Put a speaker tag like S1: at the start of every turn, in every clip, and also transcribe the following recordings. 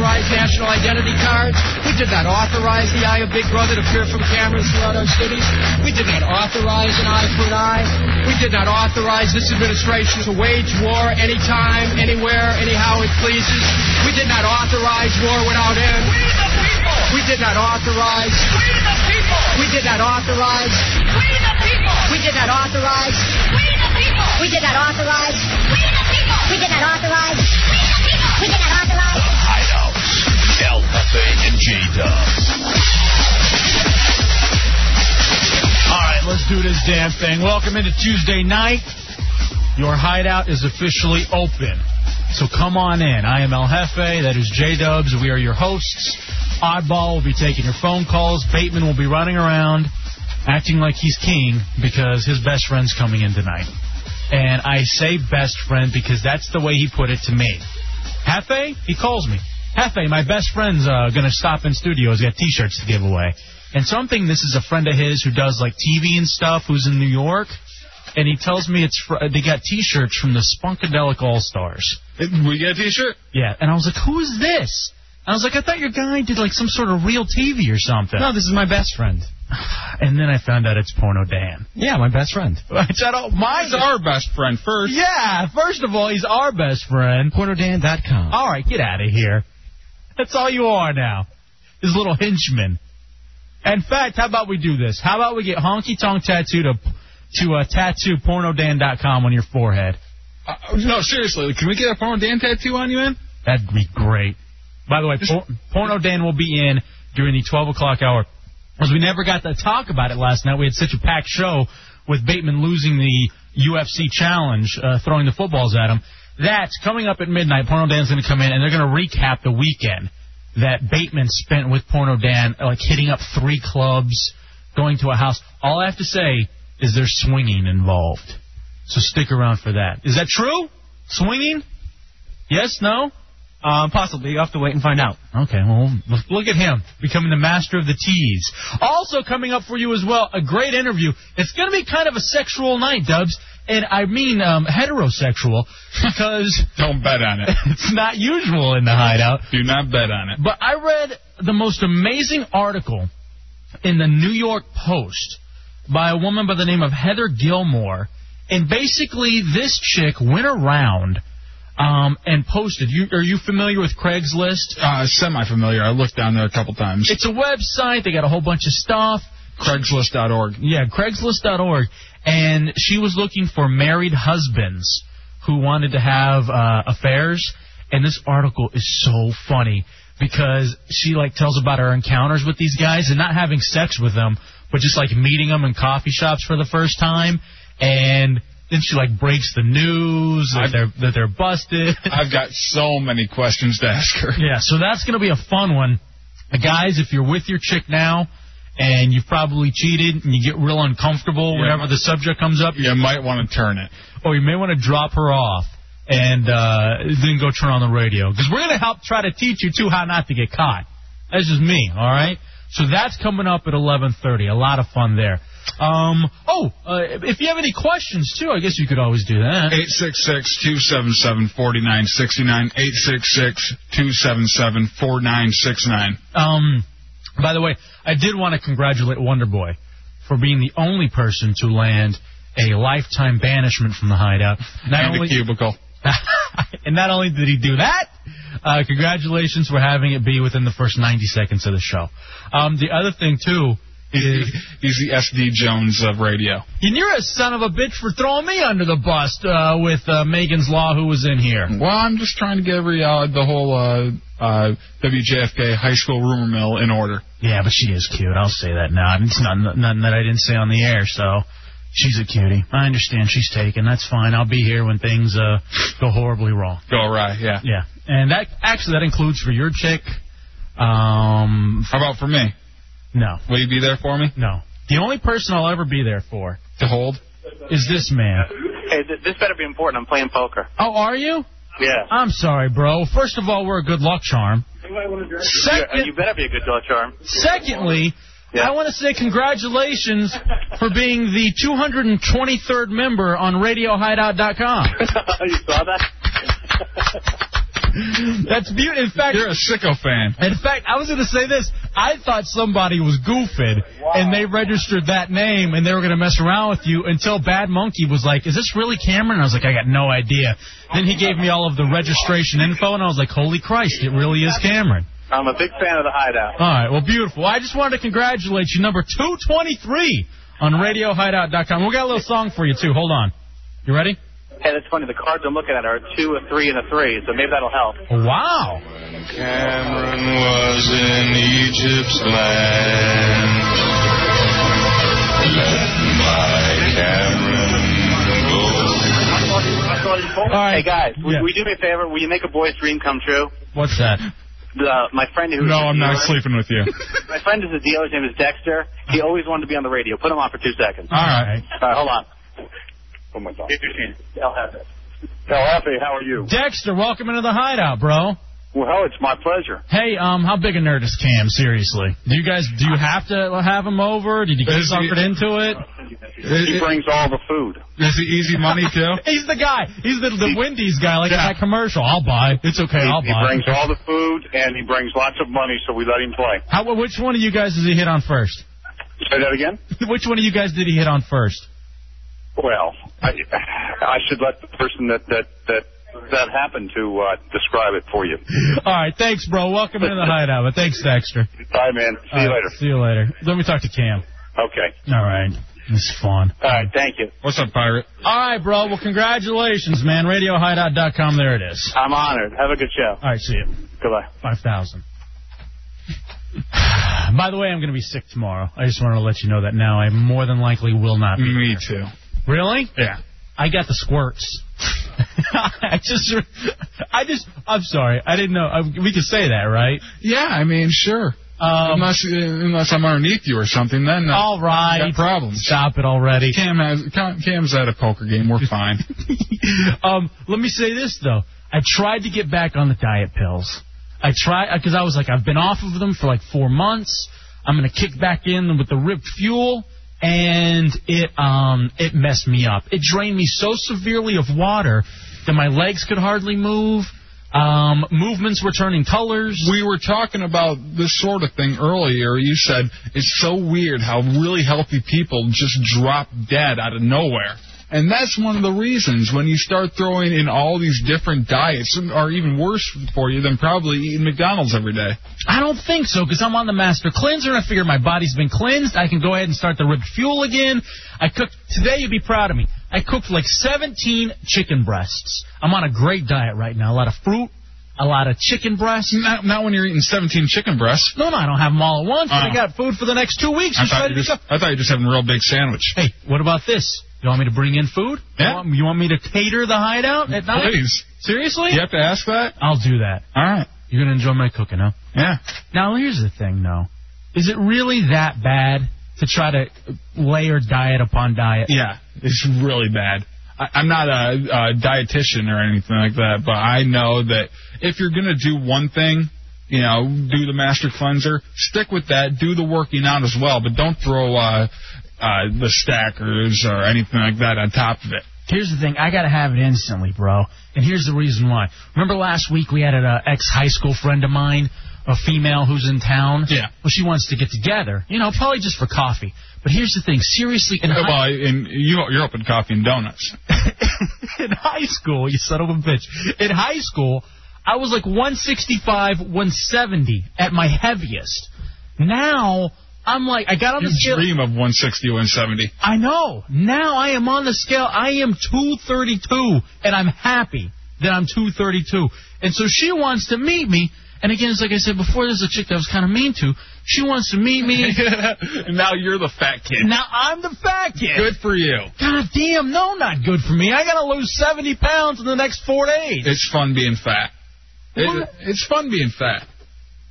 S1: national identity cards. We did not authorize the eye of Big Brother to peer from cameras throughout our cities. We did not authorize an eye for an eye. We did not authorize this administration to wage war anytime, anywhere, anyhow it pleases. We did not authorize war without end.
S2: We the people.
S1: We did not authorize.
S2: We the people.
S1: We did not authorize.
S2: We the people.
S1: We did not authorize.
S2: We the people.
S1: We did not authorize.
S2: We the people.
S1: We did not authorize.
S2: We the people.
S1: We did not authorize.
S3: Hideout. LFA and J Dubs.
S4: All right, let's do this damn thing. Welcome into Tuesday night. Your hideout is officially open. So come on in. I am El Jefe. That is J Dubs. We are your hosts. Oddball will be taking your phone calls. Bateman will be running around acting like he's king because his best friend's coming in tonight. And I say best friend because that's the way he put it to me. Hefe, he calls me. Hefe, my best friend's uh, going to stop in studio. He's got T-shirts to give away. And something, this is a friend of his who does like TV and stuff, who's in New York, and he tells me it's fr- they got T-shirts from the Spunkadelic All Stars.
S5: We get a T-shirt.
S4: Yeah, and I was like, who is this? I was like, I thought your guy did like some sort of real TV or something.
S5: No, this is my best friend.
S4: And then I found out it's Porno Dan.
S5: Yeah, my best friend.
S4: Which I don't mind.
S5: He's our best friend first.
S4: Yeah, first of all, he's our best friend.
S5: PornoDan.com.
S4: All right, get out of here. That's all you are now. His little henchman. In fact, how about we do this? How about we get Honky Tonk Tattoo to to uh, tattoo pornodan.com on your forehead?
S5: Uh, no, seriously, can we get a PornoDan tattoo on you, man?
S4: That'd be great. By the way, por- Porno Dan will be in during the 12 o'clock hour. Because we never got to talk about it last night. We had such a packed show with Bateman losing the UFC challenge, uh, throwing the footballs at him. That's coming up at midnight. Porno Dan's going to come in, and they're going to recap the weekend that Bateman spent with Porno Dan, like hitting up three clubs, going to a house. All I have to say is there's swinging involved. So stick around for that. Is that true? Swinging? Yes? No?
S5: Um, possibly. You have to wait and find out.
S4: Okay, well, look- look at him becoming the master of the tease. Also coming up for you as well, a great interview. It's going to be kind of a sexual night, Dubs, and I mean um, heterosexual because
S5: Don't bet on it.
S4: it's not usual in the hideout.
S5: Do not bet on it.
S4: But I read the most amazing article in the New York Post by a woman by the name of Heather Gilmore, and basically this chick went around um, and posted. You, are you familiar with Craigslist?
S5: Uh, semi-familiar. I looked down there a couple times.
S4: It's a website. They got a whole bunch of stuff.
S5: Craigslist.org.
S4: Yeah, Craigslist.org. And she was looking for married husbands who wanted to have uh, affairs. And this article is so funny because she like tells about her encounters with these guys and not having sex with them, but just like meeting them in coffee shops for the first time. And then she like breaks the news that
S5: I've-
S4: they're that they're busted.
S5: I've got so many questions to ask her.
S4: Yeah, so that's going to be a fun one. Uh, Guys, if you're with your chick now and you've probably cheated and you get real uncomfortable
S5: Yeah.
S4: whenever the subject comes up,
S5: You might want to turn it.
S4: or you may want to drop her off and uh, then go turn on the radio. Because we're going to help try to teach you, too, how not to get caught. That's just me, all right? So that's coming up at 11.30. A lot of fun there. Um, oh, uh, if you have any questions, too, I guess you could always do that.
S5: 866-277-4969. 866-277-4969.
S4: Um, by the way, I did want to congratulate Wonderboy for being the only person to land a lifetime banishment from the hideout. Not
S5: And a
S4: only,
S5: cubicle.
S4: and not only did he do that, uh, congratulations for having it be within the first 90 seconds of the show. Um, the other thing, too, is
S5: He's the SD Jones of radio.
S4: and you're a son of a bitch for throwing me under the bus uh, with uh, Megan's Law, who was in here.
S5: Well, I'm just trying to get every uh, the whole uh, uh, WJFK high school rumor mill in order.
S4: Yeah, but she is cute. I'll say that now. It's not nothing that I didn't say on the air, so she's a cutie. I understand she's taken. That's fine. I'll be here when things uh, go horribly wrong.
S5: Go right, yeah.
S4: Yeah, and that actually that includes for your chick. Um,
S5: How about for me?
S4: no,
S5: Will you be there for me
S4: no. The only person I'll ever be there for
S5: to hold?
S4: is this man.
S6: Hey, th- this better be important. I'm playing poker.
S4: Oh, are you?
S6: Yeah.
S4: I'm sorry, bro. First of all, we're a good luck charm.
S6: Yeah,
S4: Second,
S6: you better be a good luck charm.
S4: Secondly,
S6: Yeah.
S4: I want to say congratulations for being the 223rd member on RadioHideout.com.
S6: you saw that?
S4: That's beautiful. In fact,
S5: You're a sicko fan.
S4: in fact, I was going to say this. I thought somebody was goofing, and they registered that name, and they were going to mess around with you until Bad Monkey was like, "Is this really Cameron?" And I was like, "I got no idea." Then he gave me all of the registration info, and I was like, "Holy Christ, it really is Cameron."
S6: I'm a big fan of the Hideout.
S4: All right, well, beautiful. I just wanted to congratulate you, number 223 on RadioHideout.com. We got a little song for you too. Hold on. You ready?
S6: And it's funny, the cards I'm looking at are a two, a three, and a three, so maybe that'll help.
S4: Oh, Wow.
S7: Cameron was in Egypt's land. Let my Cameron go.
S4: right.
S6: Hey guys,
S4: Yeah.
S6: will, will you do me a favor? Will you make a boy's dream come true?
S4: What's that?
S6: The, uh, my friend who's
S5: No,
S6: a
S5: I'm not
S6: dealer-
S5: sleeping with you.
S6: My friend is a dealer. His name is Dexter. He always wanted to be on the radio. Put him on for two seconds.
S4: All right.
S6: All right, hold on. Oh my God. El Jefe. El Jefe, how are you?
S4: Dexter, welcome into the Hideout, bro.
S6: Well, it's my pleasure.
S4: Hey, um, how big a nerd is Cam? Seriously, do you guys do you have to have him over? Did you get
S5: Is he-
S4: suckered into it?
S5: Is,
S6: brings all the food.
S5: is he easy money too?
S4: He's the guy. He's the, the Wendy's guy, like in that commercial. I'll buy. It's okay. I'll buy.
S6: all the food, and he brings lots of money, so we let him play.
S4: How, which one of you guys does he hit on first?
S6: Say that again?
S4: which one of you guys did he hit on first?
S6: Well, I, I should let the person that that that that happened to uh, describe it for you.
S4: All right, thanks, bro. Welcome into the Hideout. But thanks, Dexter.
S6: Bye, man. See you
S4: All right,
S6: later.
S4: See you later. Let me talk to Cam.
S6: Okay.
S4: All right. This is fun.
S6: All right. Thank you.
S5: What's up, pirate?
S4: All right, bro. Well, congratulations, man. RadioHideout.com. There it is.
S6: I'm honored. Have a good show.
S4: All right, see you.
S6: Goodbye.
S4: Five thousand. By the way, I'm going to be sick tomorrow. I just wanted to let you know that now. I more than likely will not be.
S5: Me too.
S4: Really?
S5: Mm-hmm. Yeah.
S4: I got the squirts. I just, I just, I'm sorry. I didn't know. I, we could say that, right?
S5: Yeah, I mean, sure. Uh,
S4: Um,
S5: unless unless I'm underneath you or something, then uh,
S4: all
S5: I
S4: right.
S5: got problems.
S4: Stop it already.
S5: Cam has Cam- Cam's at a poker game. We're fine.
S4: um, let me say this though. I tried to get back on the diet pills. I tried because I was like, I've been off of them for like four months. I'm gonna kick back in with the ripped fuel, and it um it messed me up. It drained me so severely of water that my legs could hardly move. Um, movements were turning colors.
S5: we were talking about this sort of thing earlier. You said it's so weird how really healthy people just drop dead out of nowhere. And that's one of the reasons when you start throwing in all these different diets are even worse for you than probably eating McDonald's every day.
S4: I don't think so because I'm on the master cleanser and I figure my body's been cleansed. I can go ahead and start the ripped fuel again. I cooked today. You'd be proud of me. I cooked like 17 chicken breasts. I'm on a great diet right now. A lot of fruit, a lot of chicken breasts.
S5: Not, not when you're eating 17 chicken breasts.
S4: No, no, I don't have them all at once. But I
S5: Oh.
S4: got food for the next two weeks.
S5: I
S4: Just
S5: thought,
S4: ready
S5: you
S4: to
S5: just,
S4: go.
S5: I thought you just having a real big sandwich.
S4: Hey, what about this? You want me to bring in food?
S5: Yeah.
S4: You want, you want me to cater the hideout at night?
S5: Please.
S4: Seriously?
S5: You have to ask that?
S4: I'll do that.
S5: All right.
S4: You're gonna enjoy my cooking, huh?
S5: Yeah.
S4: Now, here's the thing, though. Is it really that bad to try to layer diet upon diet?
S5: Yeah, it's really bad. I, I'm not a, a dietitian or anything like that, but I know that if you're gonna do one thing, you know, do the master cleanser, stick with that. Do the working out as well, but don't throw uh, uh, the stackers or anything like that on top of it.
S4: Here's the thing. I got to have it instantly, bro. And here's the reason why. Remember last week we had an uh, ex-high school friend of mine, a female who's in town?
S5: Yeah.
S4: Well, she wants to get together, you know, probably just for coffee. But here's the thing. Seriously, in, high,
S5: Well, and you you're open coffee and donuts.
S4: in high school, you son of a bitch. In high school, I was like 165, 170 at my heaviest. Now, I'm like, I got on
S5: You
S4: the scale.
S5: dream of 160, 170.
S4: I know. Now I am on the scale. I am 232, and I'm happy that I'm 232. And so she wants to meet me. And again, it's like I said before, this is a chick that I was kind of mean to. She wants to meet me.
S5: now you're the fat kid.
S4: now I'm the fat kid.
S5: Good for you.
S4: God damn, no, not good for me. I got to lose 70 pounds in the next four days.
S5: It's fun being fat. It,
S4: What?
S5: it's fun being fat.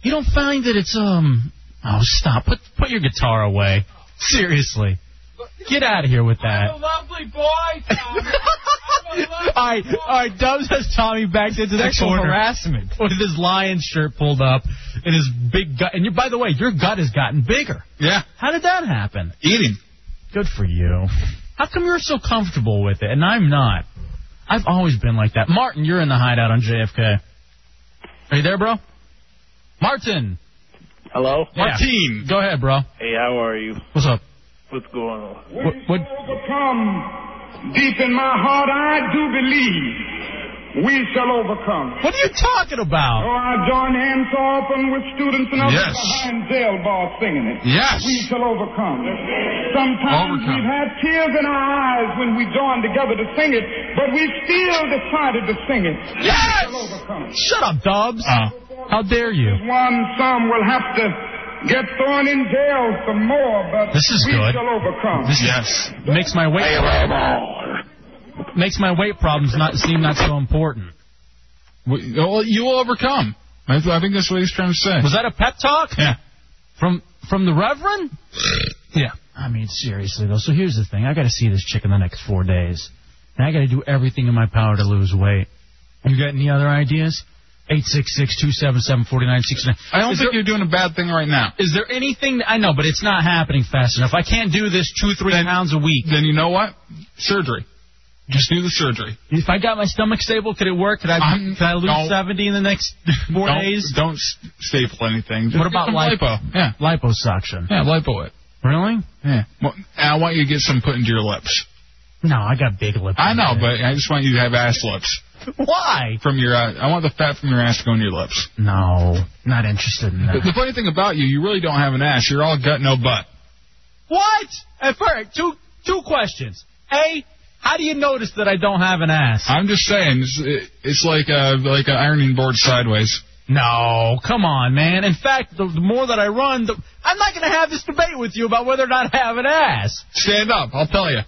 S4: You don't find that it's, um. Oh, stop. Put, put your guitar away. Seriously. Get out of here with that.
S5: lovely boy.
S4: all right, all right. Dubs has Tommy backed into the
S8: Sexual
S4: corner
S8: harassment.
S4: with his lion shirt pulled up and his big gut. And you, by the way, your gut has gotten bigger.
S5: Yeah,
S4: How did that happen?
S5: eating.
S4: Good for you. How come you're so comfortable with it and I'm not? I've always been like that. Martin, you're in the hideout on JFK. Are you there, bro? Martin.
S8: Hello?
S4: Yeah.
S5: Martine.
S4: Go ahead, bro.
S8: Hey, how are you?
S4: What's up?
S8: What's going on?
S4: What? what
S9: overcome. Deep in my heart, I do believe we shall overcome.
S4: What are you talking
S9: So
S4: about?
S9: I join hands so often with students and others
S5: Yes.
S9: behind jail bars singing it.
S5: Yes.
S9: We shall overcome. Sometimes
S5: Overcome.
S9: we've had tears in our eyes when we joined together to sing it, but we still decided to sing it.
S4: Yes!
S9: We shall overcome.
S4: Shut up, Dubs. Oh. How dare you?
S9: One, some will have to get thrown in jail some more, but
S4: This is
S9: we
S4: good.
S9: shall overcome.
S4: This
S5: Yes.
S4: makes my weight makes my weight problems not seem not so important.
S5: We- well, you will overcome. I, th- I think that's what he's trying to say.
S4: Was that a pep talk?
S5: Yeah.
S4: From from the Reverend? yeah. I mean, seriously though. So here's the thing. I got to see this chick in the next four days, and I got to do everything in my power to lose weight. You got any other ideas? Eight six six two seven seven forty nine sixty nine.
S5: I don't
S4: Is
S5: think
S4: there-
S5: you're doing a bad thing right now.
S4: Is there anything I know, but it's not happening fast enough. I can't do this two three pounds a week.
S5: Then you know what? Surgery. Just do the surgery.
S4: If I got my stomach stable, could it work? Could I,
S5: I'm-
S4: could I lose
S5: no.
S4: 70 in the next 4
S5: don't,
S4: days?
S5: Don't s- staple anything. Just
S4: What
S5: get
S4: about
S5: some
S4: lipo?
S5: lipo? Yeah.
S4: Liposuction.
S5: Yeah, lipo it.
S4: Really?
S5: Yeah. Well, and I want you to get some put into your lips.
S4: No, I got big lips.
S5: I know, but I just want you to have ass lips
S4: but why?
S5: from your. Uh, I want the fat from your ass to go into your lips.
S4: No, not interested in
S5: But the
S4: that.
S5: funny thing about you, you really don't have an ass. You're all gut, no butt.
S4: what? At first, two two questions. A, how do you notice that I don't have an ass?
S5: I'm just saying, it's, it, it's like a like an ironing board sideways.
S4: no, come on, man. In fact, the, the more that I run, the, I'm not going to have this debate with you about whether or not I have an ass.
S5: Stand up, I'll tell you.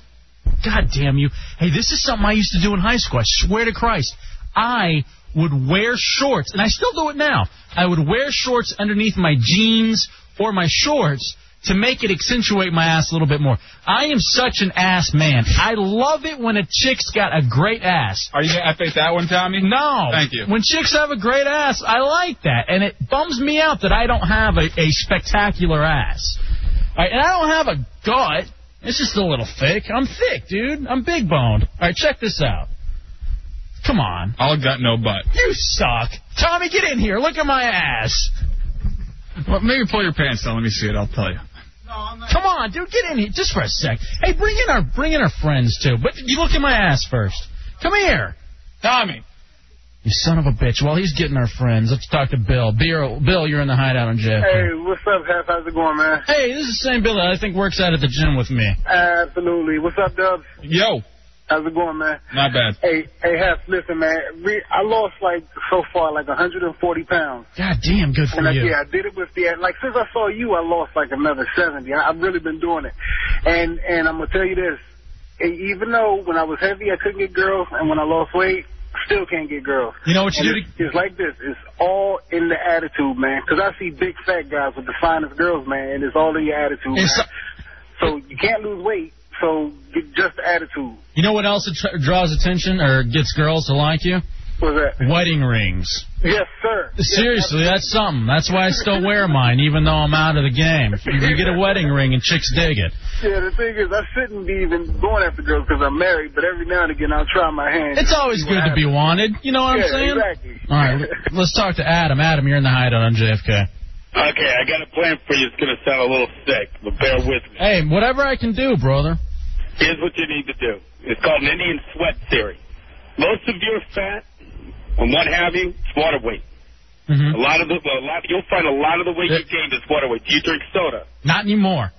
S4: God damn you. Hey, this is something I used to do in high school. I swear to Christ. I would wear shorts, and I still do it now. I would wear shorts underneath my jeans or my shorts to make it accentuate my ass a little bit more. I am such an ass man. I love it when a chick's got a great ass.
S5: Are you gonna eff that one, Tommy?
S4: No.
S5: Thank you.
S4: When chicks have a great ass, I like that. And it bums me out that I don't have a, a spectacular ass. All right, and I don't have a gut. It's just a little thick. I'm thick, dude. I'm big boned. All right, check this out. Come on.
S5: All gut, no butt.
S4: You suck. Tommy, get in here. Look at my ass.
S5: Well, maybe pull your pants down. Let me see it. I'll tell you.
S4: Come on, dude. Get in here just for a sec. Hey, bring in our bring in our friends too. But you look at my ass first. Come here.
S5: Tommy.
S4: You son of a bitch. While he's getting our friends, let's talk to Bill. Bill, Bill you're in the hideout on Jeff.
S9: what's up, Hef? How's it going, man?
S4: Hey, this is the same Bill that I think works out at the gym with me.
S9: Absolutely. What's up, Dubs?
S5: Yo,
S9: How's it going, man?
S5: not bad.
S9: Hey, hey, Hef, listen, man. Re- I lost like so far like 140 pounds,
S4: God damn, good for
S9: and I,
S4: you.
S9: yeah, I did it with the like since I saw you, I lost like another 70. I, I've really been doing it, and and I'm gonna tell you this. e- Even though when I was heavy, I couldn't get girls, and when I lost weight, still can't get girls.
S4: You know what you
S9: And
S4: do?
S9: it's, it's like this. It's all in the attitude, man. Because I see big fat guys with the finest girls, man, and it's all in your attitude,
S4: It's-
S9: man. So you can't lose weight. So get just the attitude.
S4: You know what else att- draws attention or gets girls to like you?
S9: What's that?
S4: Wedding rings.
S9: Yes, sir.
S4: Seriously, that's something. That's why I still wear mine, even though I'm out of the game. You you get a wedding ring and chicks dig it.
S9: Yeah, the thing is, I shouldn't be even going after girls because I'm married. But every now and again, I'll try my hand.
S4: It's always good to be wanted. You know what I'm
S9: yeah,
S4: saying?
S9: exactly.
S4: All right, l- let's talk to Adam. Adam, you're in the hideout on JFK.
S7: Okay, I got a plan for you. It's going to sound a little sick, but bear with me.
S4: Hey, whatever I can do, brother.
S7: Here's what you need to do. It's called an Indian sweat theory. Most of your fat and what have you, it's water weight.
S4: hmm
S7: A lot of the, a lot, you'll find a lot of the weight you gained is water weight. Do you drink soda?
S4: Not anymore.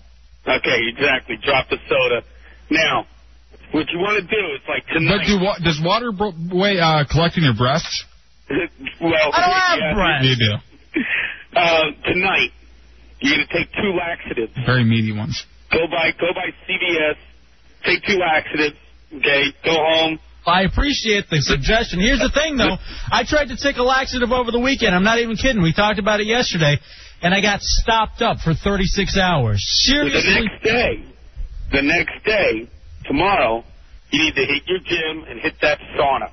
S7: Okay, exactly. Drop the soda. Now, what you want to do is like
S5: But
S7: tonight.
S5: do wa- does water bro- weigh uh, collecting your breasts?
S7: well,
S4: I don't have
S7: yeah,
S4: breasts.
S5: You do.
S7: Uh, tonight, you're gonna take two laxatives.
S5: Very meaty ones.
S7: Go by, go by CVS. Take two laxatives. Okay, go home.
S4: I appreciate the suggestion. Here's the thing, though. I tried to take a laxative over the weekend. I'm not even kidding. We talked about it yesterday, and I got stopped up for 36 hours.
S7: So the
S4: Seriously?
S7: next day, the next day, tomorrow, you need to hit your gym and hit that sauna.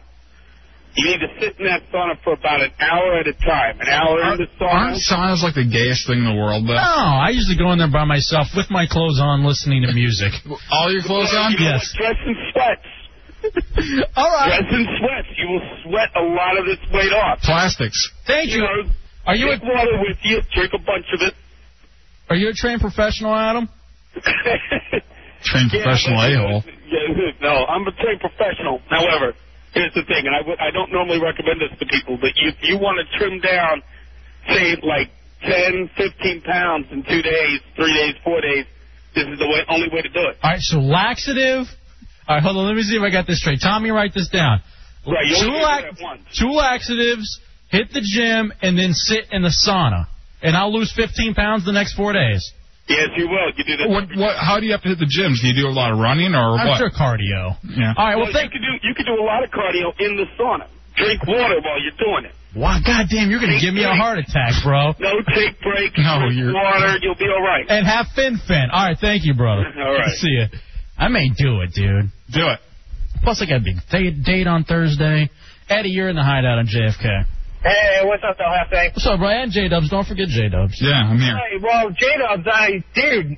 S7: You need to sit in that sauna for about an hour at a time. An hour in the sauna.
S5: Aren't saunas like the gayest thing in the world,
S4: No,
S5: though?
S4: I usually go in there by myself with my clothes on, listening to music.
S5: All your clothes on?
S7: You know
S4: Yeah.
S7: what?
S4: yes.
S7: Dress in sweats.
S1: All right.
S7: Dress in sweats. You will sweat a lot of this weight off.
S5: Plastics.
S1: Thank you.
S7: You know,
S5: Are you a,
S7: take water with you. Drink a bunch of it.
S5: are you a trained professional, Adam? Trained
S7: Yeah,
S5: professional eh,
S7: but-
S5: a-hole.
S7: Yeah, no, I'm a trained professional. However, here's the thing, and I, w- I don't normally recommend this to people, but if you want to trim down, say, like 10, 15 pounds in two days, three days, four days, this is the way, only way to do it.
S4: All right, so laxative. All right, hold on. Let me see if I got this straight. Tommy, write this down.
S7: Right, you
S4: two,
S7: only do
S4: lax-
S7: that once.
S4: two laxatives, hit the gym, and then sit in the sauna. And I'll lose 15 pounds the next four days.
S7: Yes, you will. You do this.
S5: What, what, how do you have to hit the gyms? Do you do a lot of running or
S4: I'm
S5: what?
S4: sure Uh, cardio.
S5: Yeah.
S4: All right,
S7: Well,
S4: well,
S7: you
S4: thank
S7: could do you could do a lot of cardio in the sauna. Drink water while you're doing it.
S4: Wow, goddamn, you're going to give me a heart attack, bro.
S7: No take breaks.
S5: No,
S7: drink
S5: you're-
S7: water. You'll be all right.
S4: And have fin fin. All right, thank you, brother.
S7: All right.
S4: See ya. I may do it, dude.
S5: Do it.
S4: Plus, I got a big th- date on Thursday. Eddie, you're in the hideout on JFK.
S10: Hey, what's up, El Jefe?
S4: What's up, Brian? J Dubs. Don't forget J Dubs.
S5: Yeah, I'm here.
S10: Hey, well, J-Dubs, I, dude,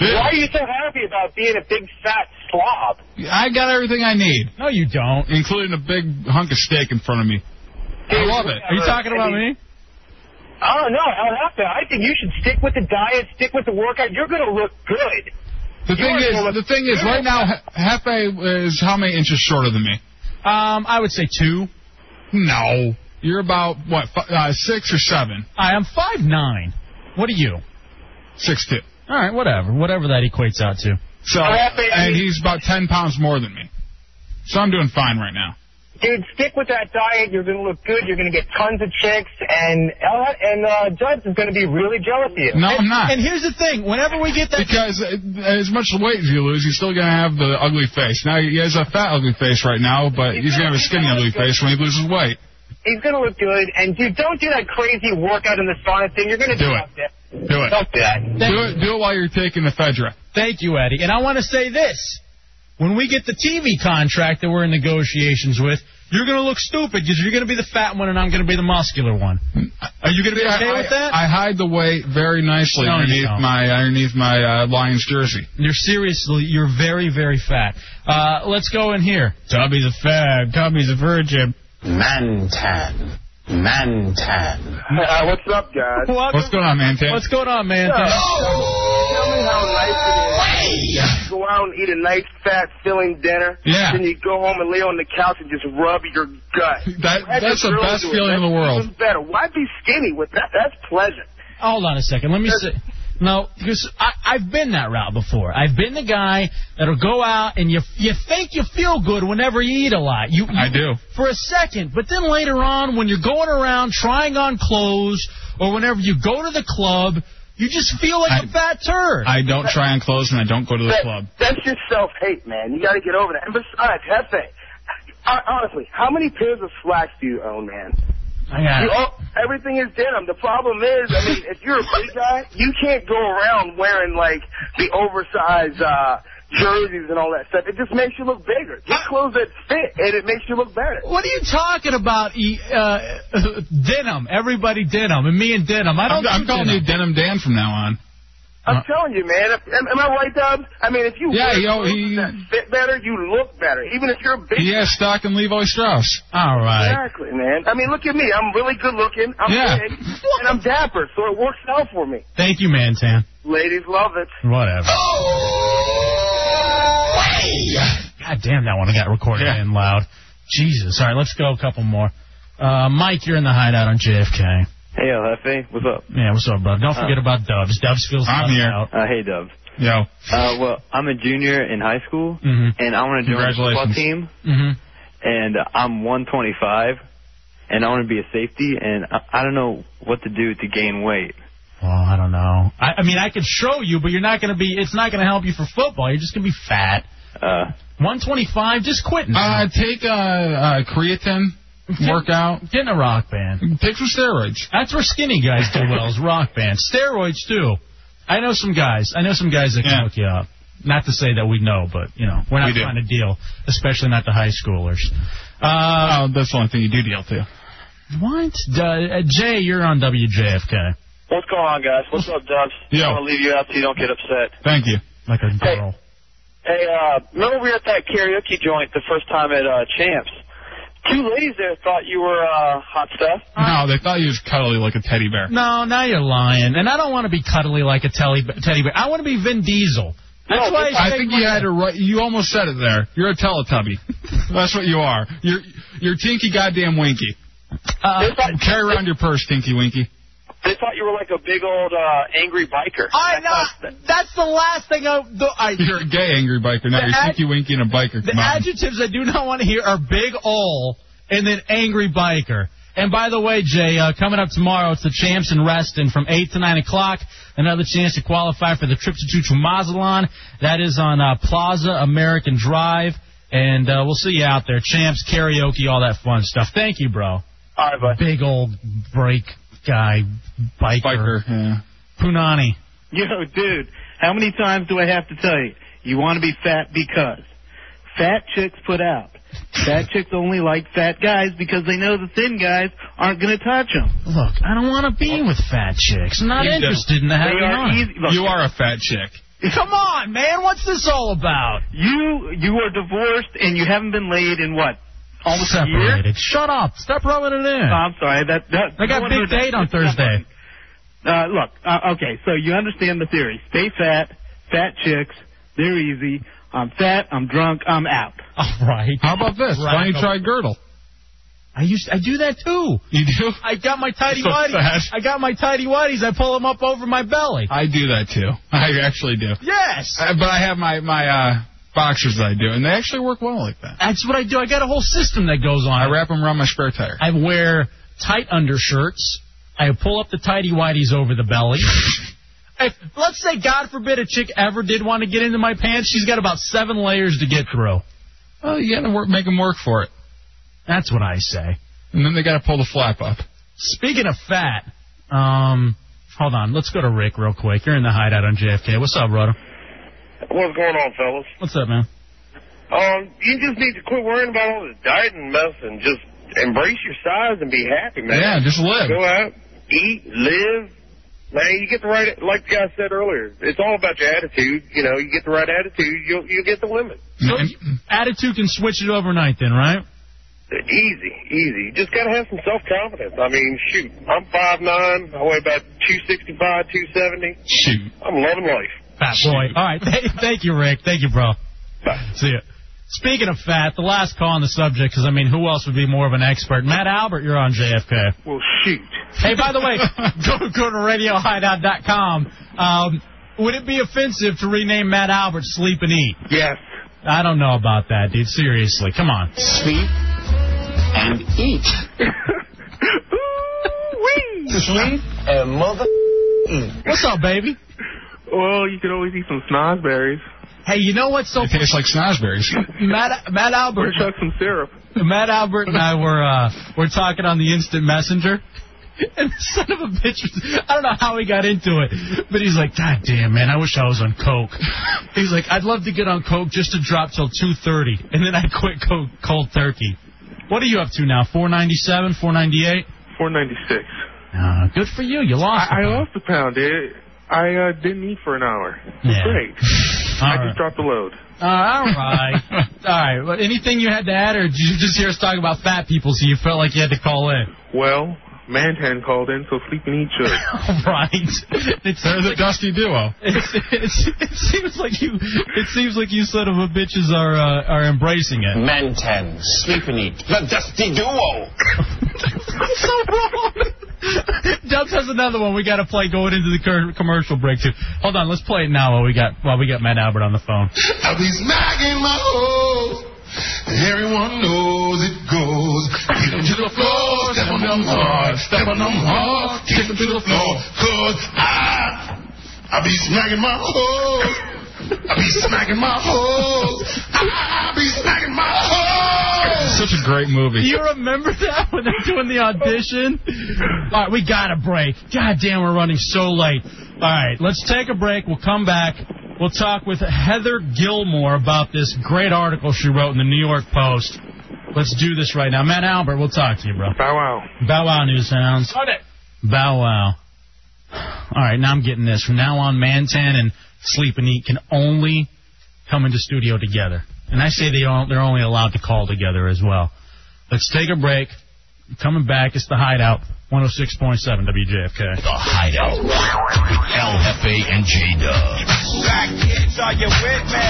S10: why are you so happy about being a big fat slob?
S5: I got everything I need,
S4: No, you don't.
S5: including a big hunk of steak in front of me. I love it.
S4: Are you talking about me?
S10: Oh, no, El Jefe, I think you should stick with the diet, stick with the workout. You're going to look good.
S5: The thing is, the thing is, right now, Hefe is how many inches shorter than me?
S4: Um, I would say two.
S5: No, you're about what fi- uh, six or seven,
S4: I am five nine. What are you?
S5: six two.
S4: All right, whatever, whatever that equates out to.
S5: So,
S10: Hefe, I
S5: and
S10: mean-
S5: he's about ten pounds more than me. So I'm doing fine right now.
S10: Dude, stick with that diet. You're going to look good. You're going to get tons of chicks, and El, and uh, Judge is going to be really jealous of you.
S5: No, I'm not.
S4: And here's the thing: whenever we get that,
S5: Because uh, as much weight as you lose, you're still gonna have the ugly face. Now he has a fat ugly face right now, but he's gonna have a skinny ugly face when he loses weight.
S10: He's going to look good, and dude, don't do that crazy workout in the sauna thing. You're going to
S5: Do it. Do it.
S10: Don't do that.
S5: Do it. Do it while you're taking ephedra.
S4: thank you, Eddie. And I want to say this: when we get the TV contract that we're in negotiations with, you're going to look stupid because you're going to be the fat one and I'm going to be the muscular one. Are you going to be okay
S5: I,
S4: with that?
S5: I hide the weight very nicely
S4: No,
S5: underneath
S4: you don't.
S5: my underneath my uh, Lions jersey.
S4: You're seriously, you're very, very fat. Uh, let's go in here. Tubby's a fag. Tubby's a virgin.
S11: Mantan. Mantan.
S7: Uh, what's up, guys?
S4: What?
S5: What's going on, man? Tim?
S4: What's going on, man?
S7: Tell me how nice it is. Go out and eat a nice, fat, filling dinner.
S5: Yeah.
S7: Then you go home and lay on the couch and just rub your gut.
S5: That- that's the best feeling in the world.
S7: Even better. Why be skinny with that? That's pleasant.
S4: Hold on a second. Let me see. No, because I, I've been that route before. I've been the guy that'll go out and you you think you feel good whenever you eat a lot. You, you
S5: I do.
S4: for a second, but then later on, when you're going around trying on clothes or whenever you go to the club, you just feel like a
S5: I-
S4: fat turd.
S5: I don't try on clothes and I don't go to the
S10: That-
S5: club.
S10: That's your self-hate, man. You got to get over that. And besides, Hefe,
S7: I, honestly, how many pairs of slacks do you own, man?
S4: I got
S7: You
S4: it.
S7: all, everything is denim. The problem is, I mean, if you're a big guy, you can't go around wearing like the oversized uh, jerseys and all that stuff. It just makes you look bigger. Get clothes that fit, and it makes you look better.
S4: What are you talking about? E- uh, denim. Everybody denim. And me and denim. I
S5: I'm,
S4: don't
S5: I'm
S4: do
S5: calling
S4: denim.
S5: you Denim Dan from now on.
S7: I'm telling you, man. If, am, am I right, Dubs? I mean, if you
S5: Yeah,
S7: wear
S5: you know,
S7: clothes
S5: he-
S7: that fit better, you look better. Even if you're a big
S5: He has stock in Levi Strauss.
S4: All right.
S7: Exactly, man. I mean, look at me. I'm really good looking. I'm
S5: Yeah.
S7: big, and I'm dapper, so it works out for me.
S4: Thank you, Mantan.
S7: Ladies love it.
S4: Whatever. God damn, that one got recorded
S5: Yeah.
S4: in loud. Jesus. All right, let's go a couple more. Uh, Mike, you're in the hideout on JFK.
S8: Hey, LFA, what's up?
S4: Yeah, what's up, bud? Don't forget about Dubs. Dubs feels
S5: I'm
S4: left
S5: here.
S4: out.
S8: Uh, hey, Dubs.
S5: Yo,
S8: Uh, well, I'm a junior in high school,
S4: Mhm.
S8: and I want to join the football
S5: Congratulations.
S8: team,
S4: Mm-hmm.
S8: and I'm 125, and I want to be a safety, and I, I don't know what to do to gain weight.
S4: Well, I don't know. I, I mean, I could show you, but you're not going to be. It's not going to help you for football. You're just going to be fat.
S8: Uh,
S4: 125. Just quit now.
S5: uh, take a, uh creatine workout.
S4: Get in a rock band.
S5: Take some steroids.
S4: That's where skinny guys do well is rock bands. Steroids too. I know some guys. I know some guys that can
S5: Yeah.
S4: hook you up. Not to say that we know, but you know, we're not
S5: We do.
S4: trying to deal, especially not the high schoolers. Uh,
S5: Oh, that's the only thing you do deal to.
S4: what? D- uh, Jay, you're on WJFK.
S10: what's going on, guys? What's up, Dubs?
S5: Yo,
S10: leave you out so you don't get upset.
S5: thank you.
S4: Like a girl.
S6: Hey, uh, remember we were at that karaoke joint the first time at uh, Champs? Two ladies there thought you were uh, hot stuff.
S4: Uh,
S5: No, they thought you was cuddly like a teddy bear.
S4: No, now you're lying. And I don't want to be cuddly like a telly, teddy bear. I want to be Vin Diesel. That's why
S5: I think you had it right. You almost said it there. You're a Teletubby. That's what you are. You're you're Tinky Goddamn Winky.
S4: Uh,
S5: Uh, Carry around your purse, Tinky Winky.
S6: They thought you were like a big old uh, angry biker.
S12: I know. That's the last thing I. The, I
S5: You're a gay angry biker. Now
S4: The
S5: you're
S4: ad-
S5: Tinky Winky and a biker.
S4: The
S5: Come on.
S4: adjectives I do not want to hear are big ol and then angry biker. And by the way, Jay, uh, coming up tomorrow, it's the champs in Reston from 8 to 9 o'clock. Another chance to qualify for the trip to Chuchu Mazatlan. That is on uh, Plaza American Drive. And uh, we'll see you out there. Champs, karaoke, all that fun stuff. Thank you, bro.
S6: All right, bud.
S4: Big old break guy, biker. Biker,
S5: yeah.
S4: Punani.
S7: Yo, dude, how many times do I have to tell you? You want to be fat because fat chicks put out. Fat chicks only like fat guys because they know the thin guys aren't going to touch them.
S4: Look, I don't want to be with fat chicks. I'm not
S7: Oh. You do.
S4: interested in having
S7: They are
S4: on.
S7: easy- look-
S5: You are a fat chick.
S4: Come on, man. What's this all about?
S7: You you are divorced and you haven't been laid in what? Almost a
S4: Separated.
S7: year.
S4: Shut up. Stop rubbing it in.
S7: Oh, I'm sorry. That, that
S4: I got
S7: no one
S4: big
S7: heard that.
S4: date on
S7: It's not
S4: Thursday.
S7: funny. Uh, look, uh, okay, so you understand the theory. Stay fat, fat chicks, they're easy. I'm fat, I'm drunk, I'm out.
S4: All right.
S5: How about this? Why don't you try girdle?
S4: I used I do that too.
S5: You do?
S4: I got my tidy
S5: So
S4: whities.
S5: fat.
S4: I got my tidy whities. I pull them up over my belly.
S5: I do that too. I actually do.
S4: Yes.
S5: Uh, but I have my my uh, boxers that I do, and they actually work well like that.
S4: That's what I do. I got a whole system that goes on. I
S5: wrap them around my spare tire.
S4: I wear tight undershirts. I pull up the tidy whities over the belly. If, let's say, God forbid, a chick ever did want to get into my pants, she's got about seven layers to get through.
S5: Oh, you gotta work, make them work for it.
S4: That's what I say.
S5: And then they gotta pull the flap up.
S4: Speaking of fat, um, hold on. Let's go to Rick real quick. You're in the hideout on JFK. What's up, brother?
S13: What's going on, fellas?
S4: What's up, man?
S13: Um, you just need to quit worrying about all this diet and mess and just embrace your size and be happy, man.
S5: Yeah, just live.
S13: Go out, eat, live. Man, you get the right, like the guy said earlier, it's all about your attitude. You know, you get the right attitude, you'll, you'll get the women.
S4: So attitude can switch it overnight, then, right?
S13: Easy, easy. You just gotta have some self-confidence. I mean, shoot, I'm 5'9", I weigh about 265, 270.
S5: Shoot.
S13: I'm loving life.
S4: Fat boy. All right. Th- thank you, Rick. Thank you, bro. See ya. Speaking of fat, the last call on the subject, because I mean, who else would be more of an expert? Matt Albert, you're on JFK.
S13: Well, shoot.
S4: Hey, by the way, go, go to RadioHideout.com. Um, would it be offensive to rename Matt Albert Sleep and Eat?
S13: Yes.
S4: I don't know about that, dude. Seriously, come on.
S14: Sleep and eat. Sleep and mother eat.
S4: What's up, baby?
S7: Well, you could always eat some snozberries.
S4: Hey, you know what's so
S5: It tastes like snozberries.
S4: Matt Matt Albert
S7: chuck some syrup.
S4: Matt Albert and I were uh, were talking on the instant messenger. And the son of a bitch, was, I don't know how he got into it, but he's like, God damn, man, I wish I was on coke. He's like, I'd love to get on coke just to drop till 2:30, and then I quit coke cold turkey. What are you up to now? 497, 498?
S15: 496.
S4: Uh, good for you. You lost.
S15: I, I lost a pound, dude. I uh, didn't eat for an hour.
S4: Yeah.
S15: Great. I
S4: right.
S15: just dropped the load.
S4: Uh, all right, all right. Well, anything you had to add, or did you just hear us talking about fat people, so you felt like you had to call in?
S15: Well, Mantan called in, so sleep and eat should.
S4: All right. It
S5: They're the dusty duo.
S4: It, it, it seems like you. It seems like you son of a bitches are uh, are embracing it.
S14: Mantan, sleep and eat. The dusty duo.
S4: so wrong. Dubs has another one we got to play going into the current commercial break too. Hold on, let's play it now while we got while we got Matt Albert on the phone.
S16: I'll be smacking my hoes. Everyone knows it goes. Get 'em to the floor, step on them hard, step on them hard, kick 'em to the floor, cause I, I be smacking my hoes. I be smacking my hoes. I be smacking my hoes.
S5: Such a great movie.
S4: Do you remember that when they're doing the audition? All right, we got a break. God damn, we're running so late. All right, let's take a break. We'll come back. We'll talk with Heather Gilmore about this great article she wrote in the New York Post. Let's do this right now. Matt Albert, we'll talk to you, bro.
S15: Bow wow.
S4: Bow wow, new sounds. Bow wow. All right, now I'm getting this. From now on, Mantan and Sleep and Eat can only come into studio together. And I say they all, they're only allowed to call together as well. Let's take a break. Coming back, it's the Hideout, 106.7 WJFK. The
S3: Hideout with LFA and J Dub.
S11: Back kids, are you with me?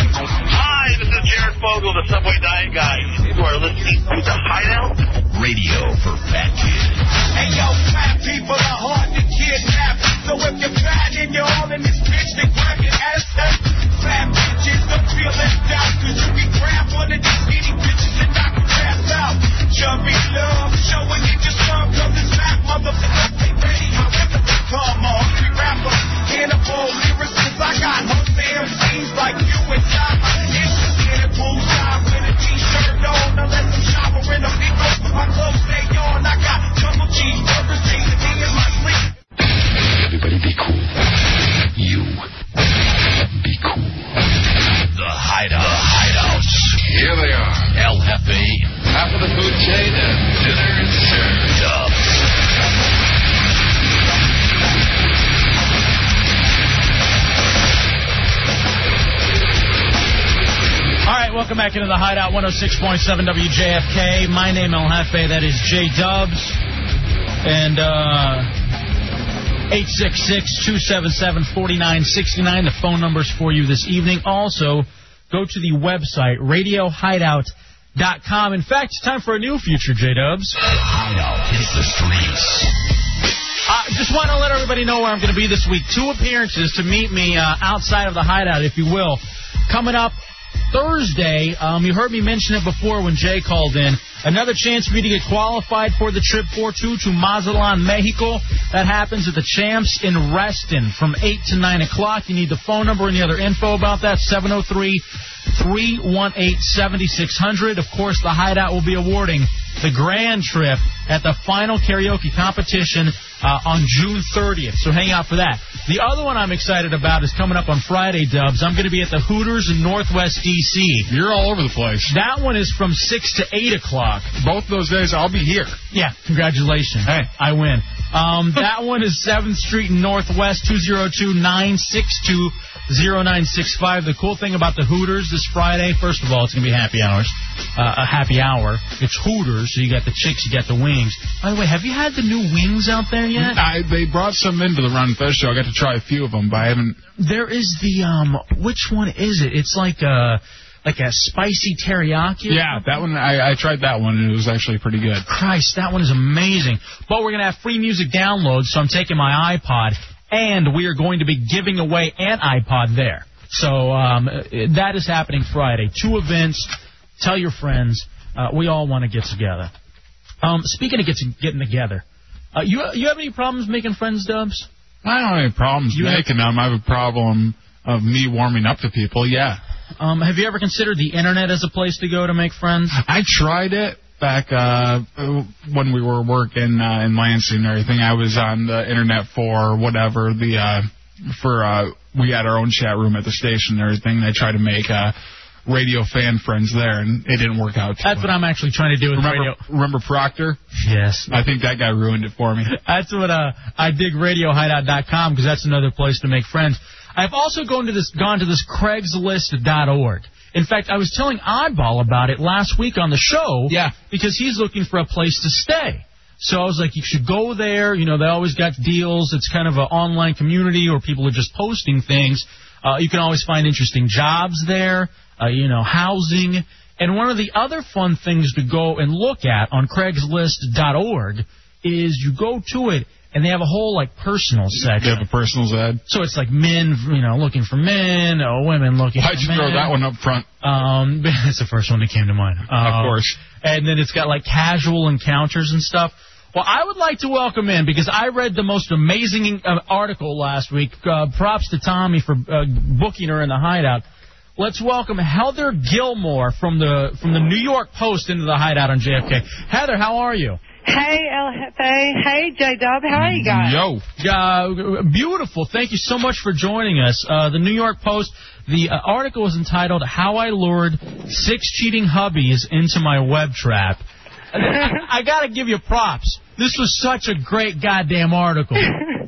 S11: Hi, this is Jared Fogle, the Subway Diet Guy. You are listening to The Hideout.
S3: Radio for fat kids.
S11: Hey, yo, fat people are hard to kidnap. So if you're fat and you're all in this bitch, then grab your ass up. Fat bitches, don't feel left out. Cause you can grab one of these skinny bitches and knock your ass out. Chubby love, showing you just love. Cause this fat motherfucker ain't ready. However, they come a hungry rapper. Cannibal lyrics, cause I got hungry MCs like you and I. My issues in a bullseye with a t-shirt on. Unless I'm showering them niggas, my clothes stay on. I got double cheeseburgers, chasing me in my sleep.
S3: Everybody be cool. You be cool. The Hideout. The Hideouts. Here they are. LFA. Half of the food chain and dinner is served up.
S4: All right, welcome back into the Hideout 106.7 WJFK. My name El Jefe, that is J Dubs. And uh 866-277-4969, the phone numbers for you this evening. Also, go to the website radiohideout.com. In fact, it's time for a new feature, J Dubs.
S3: Hideout hits the streets.
S4: I just want to let everybody know where I'm going to be this week. Two appearances to meet me uh, outside of the hideout, if you will. Coming up Thursday, um, you heard me mention it before when Jay called in. Another chance for you to get qualified for the trip 4-2 to Mazatlan, Mexico. That happens at the Champs in Reston from 8 to 9 o'clock. You need the phone number and the other info about that, 703-318-7600. Of course, the Hideout will be awarding the grand trip at the final karaoke competition uh, on June 30th. So hang out for that. The other one I'm excited about is coming up on Friday, Dubs. I'm going to be at the Hooters in Northwest D.C. You're all over the place. That one is from 6 to 8 o'clock. Both those days, I'll be here. Yeah, congratulations. Hey. I win. Um, that one is 7th Street in Northwest, 202 962 0965. The cool thing about the Hooters this Friday, first of all, it's going to be happy hours, uh, a happy hour. It's Hooters, so you got the chicks, you got the wings. By the way, have you had the new wings out there yet?
S5: I, they brought some into the Ron Fez show. I got to try a few of them, but I haven't.
S4: There is the um. Which one is it? It's like a like a spicy teriyaki.
S5: Yeah, that one I, I tried that one and it was actually pretty good.
S4: Christ, that one is amazing. But we're gonna have free music downloads, so I'm taking my iPod, and we are going to be giving away an iPod there. So um, that is happening Friday. Two events. Tell your friends. Uh, we all want to get together. Um, speaking of get getting together, uh, you you have any problems making friends, Dubs?
S5: I don't have any problems
S4: You have-
S5: making them. I have a problem of me warming up to people. Yeah.
S4: Um, have you ever considered the internet as a place to go to make friends?
S5: I tried it back uh when we were working uh, in Lansing and everything. I was on the internet for whatever the uh for uh we had our own chat room at the station and everything. They tried to make uh radio fan friends there and it didn't work out. Too
S4: That's what I'm actually trying to do with
S5: remember
S4: radio.
S5: remember Proctor?
S4: Yes.
S5: I think that guy ruined it for me.
S4: That's what uh, I dig radiohideout.com because that's another place to make friends. I've also gone to this gone to this Craigslist.org. In fact, I was telling Oddball about it last week on the show. Yeah. Because he's looking for a place to stay. So I was like, you should go there. You know, they always got deals. It's kind of an online community where people are just posting things. Uh, you can always find interesting jobs there. Uh, you know, housing. And one of the other fun things to go and look at on Craigslist.org is you go to it and they have a whole like personal section.
S5: They have a personal ad.
S4: So it's like men, you know, looking for men, or women looking
S5: Why'd
S4: for
S5: you
S4: men.
S5: throw that one up front?
S4: Um, that's the first one that came to mind. Uh,
S5: Of course.
S4: And then it's got like casual encounters and stuff. Well, I would like to welcome in because I read the most amazing uh, article last week. Uh, props to Tommy for uh, booking her in the hideout. Let's welcome Heather Gilmore from the from the New York Post into the hideout on JFK. Heather, how are you?
S13: Hey, El Jefe. Hey, J Dub. How are you guys?
S4: Yo. Uh, beautiful. Thank you so much for joining us. Uh, the New York Post, the uh, article was entitled How I Lured Six Cheating Hubbies into My Web Trap. I got to give you props. This was such a great goddamn article.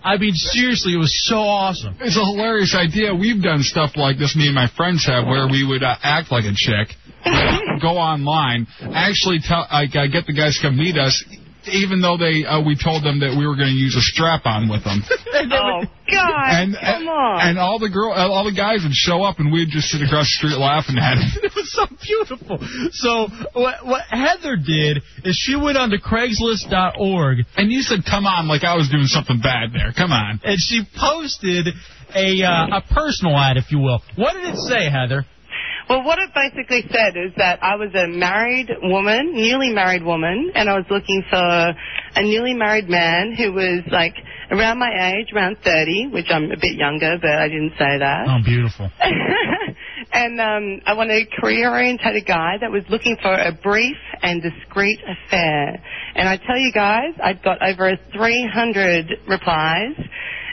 S4: I mean, seriously, it was so awesome.
S5: It's a hilarious idea. We've done stuff like this, me and my friends have, where we would uh, act like a chick, go online, actually tell, like, uh, get the guys to come meet us, even though they, uh, we told them that we were going to use a strap on with them.
S2: Oh, God.
S5: And,
S2: come on.
S5: And all the girl, uh, all the guys would show up, and we'd just sit across the street laughing at them.
S4: it was so beautiful. So what, what Heather did is she went onto Craigslist.org
S5: and you said, "Come on, like I was doing something bad there. Come on."
S4: And she posted a uh, a personal ad, if you will. What did it say, Heather?
S13: Well, what it basically said is that I was a married woman, newly married woman, and I was looking for a newly married man who was like around my age, around 30, which I'm a bit younger, but I didn't say that.
S4: Oh, beautiful.
S13: and um, I wanted a career-oriented guy that was looking for a brief and discreet affair. And I tell you guys, I got over 300 replies.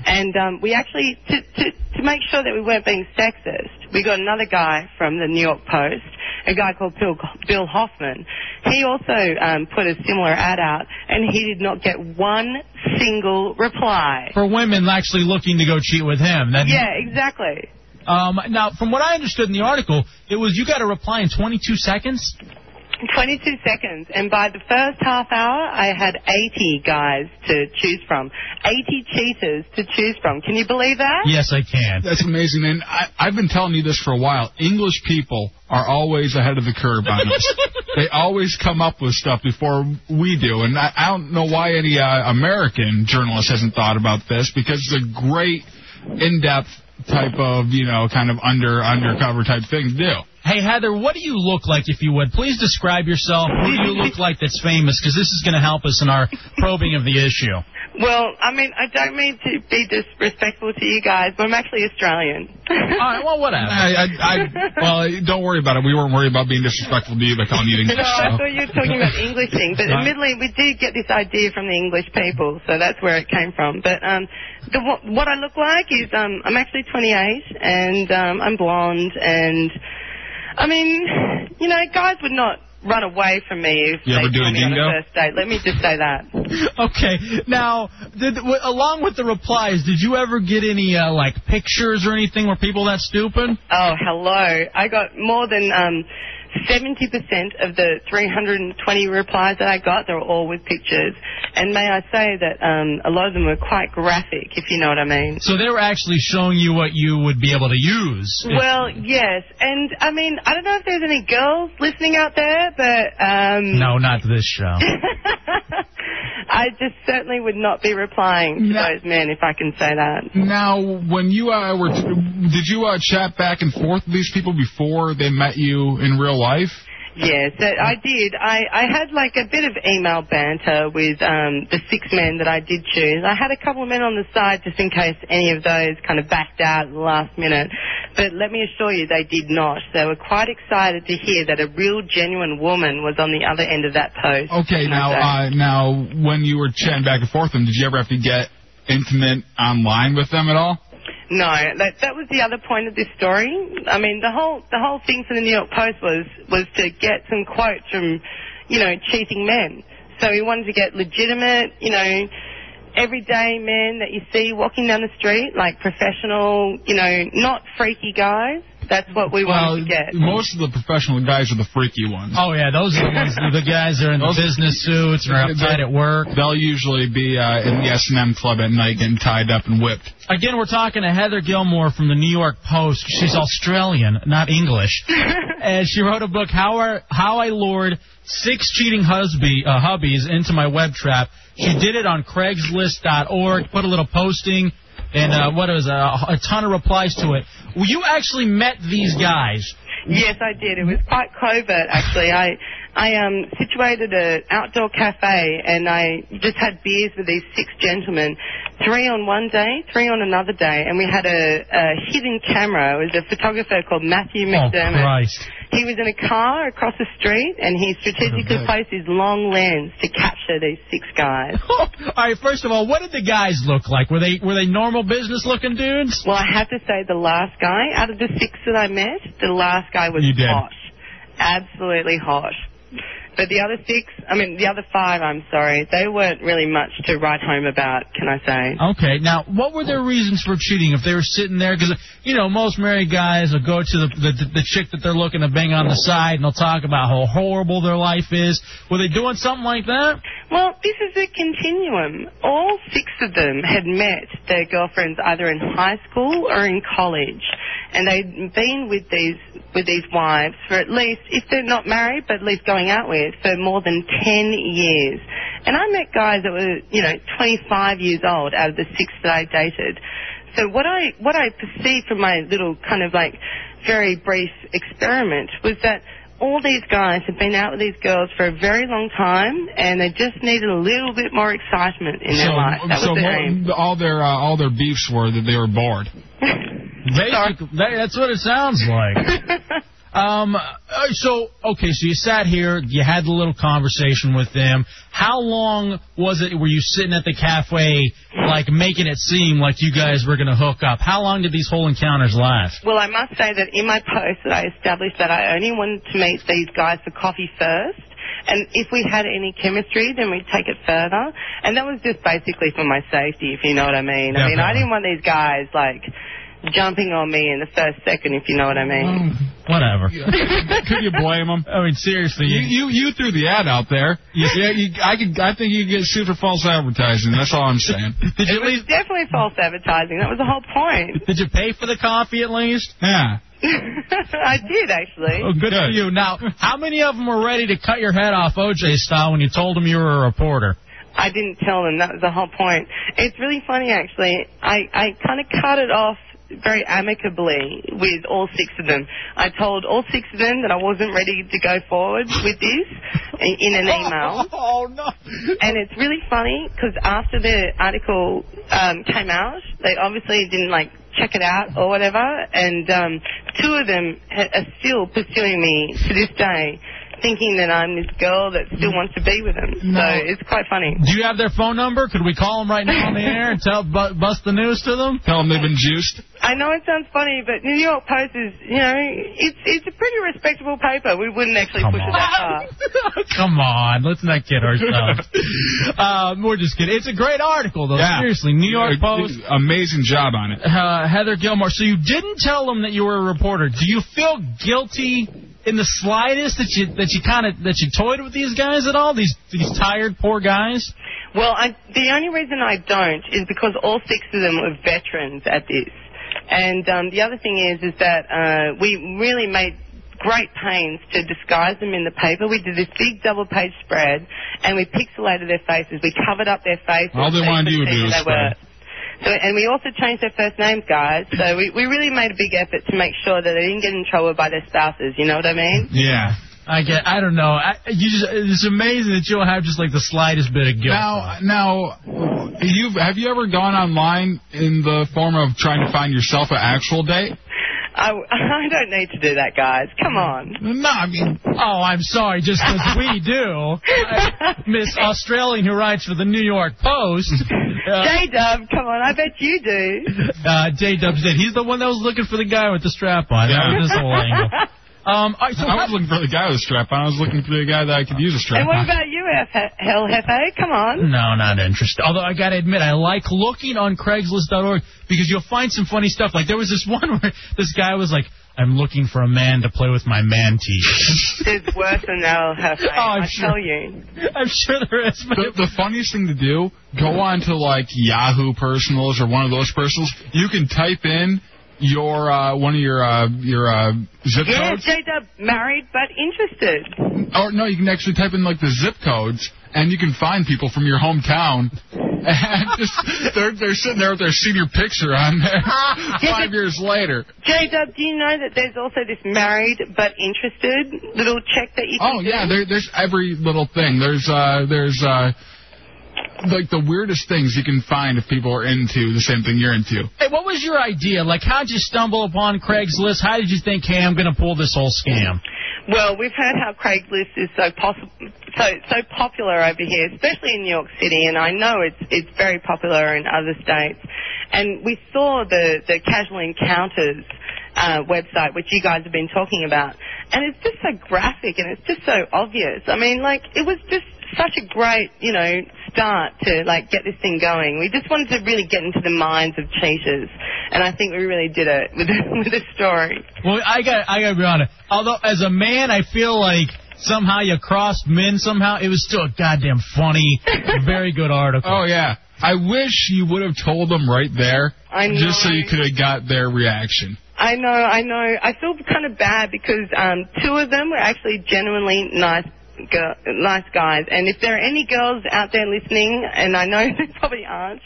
S13: And um, we actually, to, to, to make sure that we weren't being sexist, we got another guy from the New York Post, a guy called Bill, Bill Hoffman. He also um, put a similar ad out, and he did not get one single reply.
S4: For women actually looking to go cheat with him. That,
S13: Yeah, exactly.
S4: Um, now, from what I understood in the article, it was you got to reply in 22 seconds.
S13: 22 seconds, and by the first half hour, I had 80 guys to choose from, 80 cheaters to choose from. Can you believe that?
S4: Yes, I can.
S5: That's amazing. And I, I've been telling you this for a while. English people are always ahead of the curve on this. they always come up with stuff before we do. And I, I don't know why any uh, American journalist hasn't thought about this because it's a great in-depth type of, you know, kind of under undercover type thing to do.
S4: Hey, Heather, what do you look like, if you would? Please describe yourself. What do you look like that's famous? Because this is going to help us in our probing of the issue.
S13: Well, I mean, I don't mean to be disrespectful to you guys, but I'm actually Australian. All
S4: right, well, whatever.
S5: I, I, I, well, don't worry about it. We weren't worried about being disrespectful to you by calling you
S13: No,
S5: English.
S13: I
S5: so.
S13: thought you were talking about the English thing, but
S5: Right.
S13: admittedly, we did get this idea from the English people, so that's where it came from. But um, the, what- what I look like is um, I'm actually 28, and um, I'm blonde, and I mean, you know, guys would not run away from me if
S5: You
S13: they
S5: ever do
S13: saw
S5: a
S13: me on
S5: dingo?
S13: a first date. Let me just say that.
S4: Okay. Now, did, w- along with the replies, did you ever get any uh, like pictures or anything where people that stupid?
S13: Oh, hello. I got more than um, 70% of the 320 replies that I got. They're all with pictures. And may I say that um, a lot of them were quite graphic, if you know what I mean.
S4: So they were actually showing you what you would be able to use. if-
S13: Well, yes. And, I mean, I don't know if there's any girls listening out there, but um,
S4: no, not this show.
S13: I just certainly would not be replying to those men, if I can say that.
S5: Now, when you uh, were, did you uh, chat back and forth with these people before they met you in real life?
S13: Yes, that I did. I, I had like a bit of email banter with um, the six men that I did choose. I had a couple of men on the side just in case any of those kind of backed out at the last minute. But let me assure you, they did not. They were quite excited to hear that a real, genuine woman was on the other end of that post.
S5: Okay, now, uh, now, when you were chatting back and forth with them, did you ever have to get intimate online with them at all?
S13: No, that that was the other point of this story. I mean, the whole the whole thing for the New York Post was was to get some quotes from, you know, cheating men. So we wanted to get legitimate, you know, everyday men that you see walking down the street, like professional, you know, not freaky guys. That's what we
S5: well,
S13: wanted to get.
S5: most of the professional guys are the freaky ones.
S4: Oh yeah, those are the ones. The guys that are in the
S5: Those-
S4: business suits and are outside at work.
S5: They'll usually be uh, in the S and M club at night, getting tied up and whipped.
S4: Again, we're talking to Heather Gilmore from the New York Post. She's Australian, not English. and she wrote a book, How, Are, How I Lured Six Cheating husby, uh, Hubbies into My Web Trap. She did it on Craigslist.org, put a little posting, and uh, what was uh, a ton of replies to it. Well, you actually met these guys.
S13: Yes, I did. It was quite covert, actually. I I um situated an outdoor cafe, and I just had beers with these six gentlemen, three on one day, three on another day, and we had a, a hidden camera. It was a photographer called Matthew
S4: Oh,
S13: McDermott. He was in a car across the street, and he strategically placed his long lens to capture these six guys.
S4: All right, first of all, what did the guys look like? Were they were they normal business looking dudes?
S13: Well, I have to say, the last guy out of the six that I met, the last guy was
S4: You did.
S13: hot, absolutely hot. But the other six, I mean, the other five, I'm sorry, they weren't really much to write home about, can I say?
S4: Okay, now what were their reasons for cheating? If they were sitting there, because you know most married guys will go to the, the the chick that they're looking to bang on the side, and they'll talk about how horrible their life is. Were they doing something like that?
S13: Well, this is a continuum. All six of them had met their girlfriends either in high school or in college, and they'd been with these with these wives for at least, if they're not married, but at least going out with for more than ten years. And I met guys that were, you know, 25 years old out of the six that I dated. So what I what I perceived from my little kind of like very brief experiment was that all these guys had been out with these girls for a very long time, and they just needed a little bit more excitement in their life. That
S5: so
S13: was their
S5: mo-
S13: aim.
S5: all their uh, all their beefs were that they were bored.
S4: Basically, that, that's what it sounds like. um, uh, so okay, so you sat here, you had the little conversation with them. How long was it? Were you sitting at the cafe, like making it seem like you guys were gonna hook up? How long did these whole encounters last?
S13: Well, I must say that in my post that I established that I only wanted to meet these guys for coffee first. And if we had any chemistry, then we'd take it further. And that was just basically for my safety, if you know what I mean. I mean,
S4: Definitely.
S13: I didn't want these guys, like, jumping on me in the first second, if you know what I
S5: Oh.
S13: mean.
S4: Whatever.
S5: Um, could you blame them?
S4: I mean, seriously.
S5: You you, you threw the ad out there. Yeah, you, I could. I think you could get sued for false advertising. That's all I'm saying.
S4: Did you
S13: it was definitely false advertising. That was the whole point.
S4: Did you pay for the coffee at least?
S5: Yeah.
S13: I did, actually.
S4: Oh, good for you. Now, how many of them were ready to cut your head off OJ style when you told them you were a reporter?
S13: I didn't tell them. That was the whole point. It's really funny, actually. I, I kind of cut it off very amicably with all six of them. I told all six of them that I wasn't ready to go forward with this in, in an email.
S4: Oh, no.
S13: And it's really funny because after the article um, came out, they obviously didn't, like, check it out or whatever. And um, two of them ha- are still pursuing me to this day. Thinking that I'm this girl that still wants to be with them, so it's quite funny.
S4: Do you have their phone number? Could we call them right now on the air and tell bu- bust the news to them?
S5: Tell them they've been juiced.
S13: I know it sounds funny, but New York Post is, you know, it's it's a pretty respectable paper. We wouldn't actually push it that far.
S4: Come on, let's not kid ourselves. uh, we're just kidding. It's a great article, though.
S5: Yeah.
S4: Seriously, New York
S5: Yeah,
S4: Post.
S5: Amazing job on it.
S4: Uh, Heather Gilmore. So you didn't tell them that you were a reporter. Do you feel guilty in the slightest that you that you kind of that you toyed with these guys at all? These these tired poor guys.
S13: Well, I, the only reason I don't is because all six of them were veterans at this, and um, the other thing is is that uh, we really made great pains to disguise them in the paper. We did this big double page spread, and we pixelated their faces. We covered up their faces.
S5: All they
S13: so you
S5: wanted
S13: couldn't
S5: you to do
S13: see who
S5: was
S13: they were.
S5: spread.
S13: So, and we also changed their first names, guys. So we, we really made a big effort to make sure that they didn't get in trouble by their spouses. You know what I mean?
S5: Yeah.
S4: I get. I don't know. I, you just, it's amazing that you'll have just like the slightest bit of guilt.
S5: Now, now, you've have you ever gone online in the form of trying to find yourself an actual date?
S13: I, I don't need to do that, guys. Come on.
S5: No, I mean.
S4: Oh, I'm sorry, just as we do. I- Miss Australian who writes for the New York Post. Uh,
S13: J Dub, come on. I bet you do.
S4: uh, J Dubs did. He's the one that was looking for the guy with the strap on. That was his whole angle. Um, all right, so
S5: I
S4: how-
S5: was looking for the guy with a strap on. I was looking for the guy that I could use a strap
S13: And
S5: on.
S13: what about you, F- Hell Hefe? Come on.
S4: No, not interested. Although I gotta admit, I like looking on Craigslist.org because you'll find some funny stuff. Like there was this one where this guy was like, "I'm looking for a man to play with my man teeth."
S13: There's worse than El Hefe.
S5: Oh,
S4: I'm
S13: I
S4: sure.
S13: tell you.
S4: I'm sure there is.
S5: The, the funniest thing to do, go on to like Yahoo personals or one of those personals. You can type in your uh, one of your uh, your uh, zip
S13: Yeah,
S5: codes.
S13: J Dub, married but interested.
S5: Or no, you can actually type in like the zip codes, and you can find people from your hometown. And just they're they're sitting there with their senior picture on there five years later.
S13: J Dub, do you know that there's also this married but interested little check that you can
S5: Oh yeah, there, there's every little thing. There's uh there's uh like the weirdest things you can find if people are into the same thing you're into.
S4: Hey, what was your idea? Like, how'd you stumble upon Craigslist? How did you think, hey, I'm gonna pull this whole scam?
S13: Well, we've heard how Craigslist is so possible, so so popular over here, especially in New York City, and I know it's it's very popular in other states. And we saw the the casual encounters uh, website, which you guys have been talking about, and it's just so graphic and it's just so obvious. I mean, like it was just such a great, you know, start to like get this thing going. We just wanted to really get into the minds of cheaters, and I think we really did it with with a story.
S4: Well, I got I gotta be honest. Although as a man, I feel like somehow you crossed men. Somehow it was still a goddamn funny, very good article.
S5: Oh yeah. I wish you would have told them right there,
S13: I know.
S5: just so you could have got their reaction.
S13: I know, I know. I feel kind of bad because um, two of them were actually genuinely nice. Girl, nice guys, and if there are any girls out there listening, and I know there probably aren't,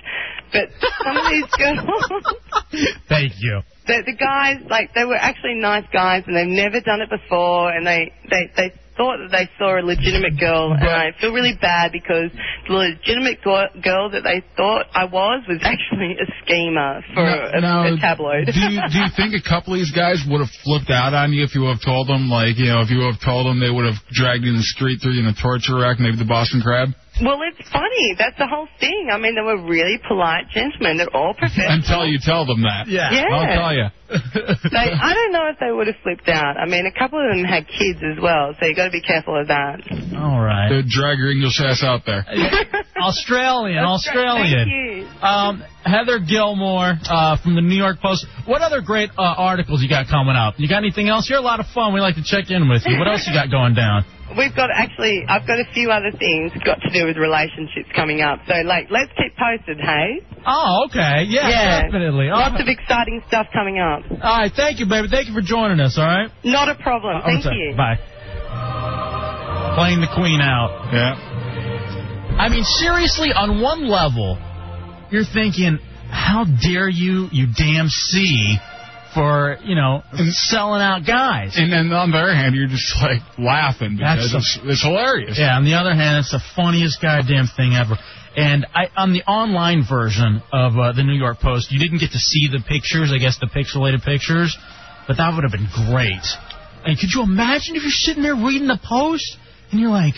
S13: but some of these girls,
S4: Thank you.
S13: the, the guys, like they were actually nice guys, and they've never done it before, and they they they thought that they saw a legitimate girl, and I feel really bad because the legitimate go- girl that they thought I was was actually a schemer for a, a tabloid.
S5: do you do you think a couple of these guys would have flipped out on you if you would have told them like you know if you would have told them they would have dragged you in the street threw you in a torture rack maybe the Boston crab?
S13: Well, it's funny. That's the whole thing. I mean, they were really polite gentlemen. They're all professional.
S5: Until you tell them that.
S13: Yeah. Yeah.
S5: I'll tell you.
S13: they, I don't know if they would have flipped out. I mean, a couple of them had kids as well, so you got to be careful of that.
S4: All right.
S5: They'd drag your English ass out there.
S4: Australian,
S13: That's great.
S4: Australian.
S13: Thank you.
S4: Um, Heather Gilmore uh, from the New York Post. What other great uh, articles you got coming up? You got anything else? You're a lot of fun. We like to check in with you. What else you got going down?
S13: We've got actually, I've got a few other things got to do with relationships coming up. So, like, let's keep posted, hey?
S4: Oh, okay. Yeah,
S13: Yeah.
S4: definitely. All
S13: Lots
S4: right.
S13: of exciting stuff coming up.
S4: All right. Thank you, baby. Thank you for joining us. All right.
S13: Not a problem. Thank
S4: Okay,
S13: you.
S4: Bye. Playing the queen out.
S5: Yeah.
S4: I mean, seriously, on one level, you're thinking, how dare you, you damn C, for, you know, selling out guys.
S5: And then on the other hand, you're just like laughing because
S4: That's
S5: it's, it's hilarious.
S4: Yeah, on the other hand, it's the funniest goddamn thing ever. And I, on the online version of uh, the New York Post, you didn't get to see the pictures, I guess the pixelated pictures, but that would have been great. And could you imagine if you're sitting there reading the Post and you're like,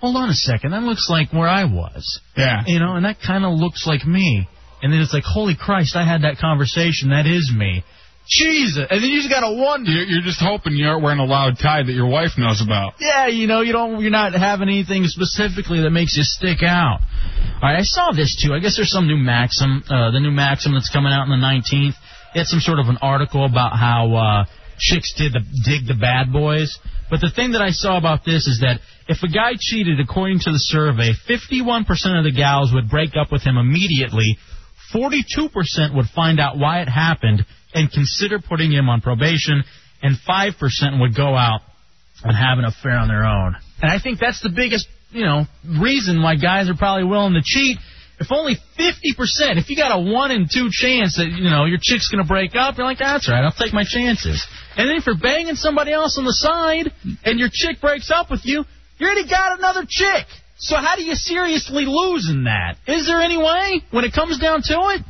S4: hold on a second, that looks like where I was.
S5: Yeah.
S4: You know, and that kind of looks like me. And then it's like, holy Christ, I had that conversation, that is me. Jesus. And then you just got to wonder.
S5: You're, you're just hoping you aren't wearing a loud tie that your wife knows about.
S4: Yeah, you know, you don't, you're not having anything specifically that makes you stick out. All right, I saw this too. I guess there's some new maxim, uh, the new maxim that's coming out on the 19th. They had some sort of an article about how uh, chicks did the, dig the bad boys. But the thing that I saw about this is that if a guy cheated, according to the survey, 51% of the gals would break up with him immediately. 42% would find out why it happened and consider putting him on probation, and 5% would go out and have an affair on their own. And I think that's the biggest, you know, reason why guys are probably willing to cheat. If only 50%, if you got a 1 in 2 chance that, you know, your chick's going to break up, you're like, that's right, I'll take my chances. And then if you're banging somebody else on the side and your chick breaks up with you, you already got another chick. So how do you seriously lose in that? Is there any way when it comes down to it?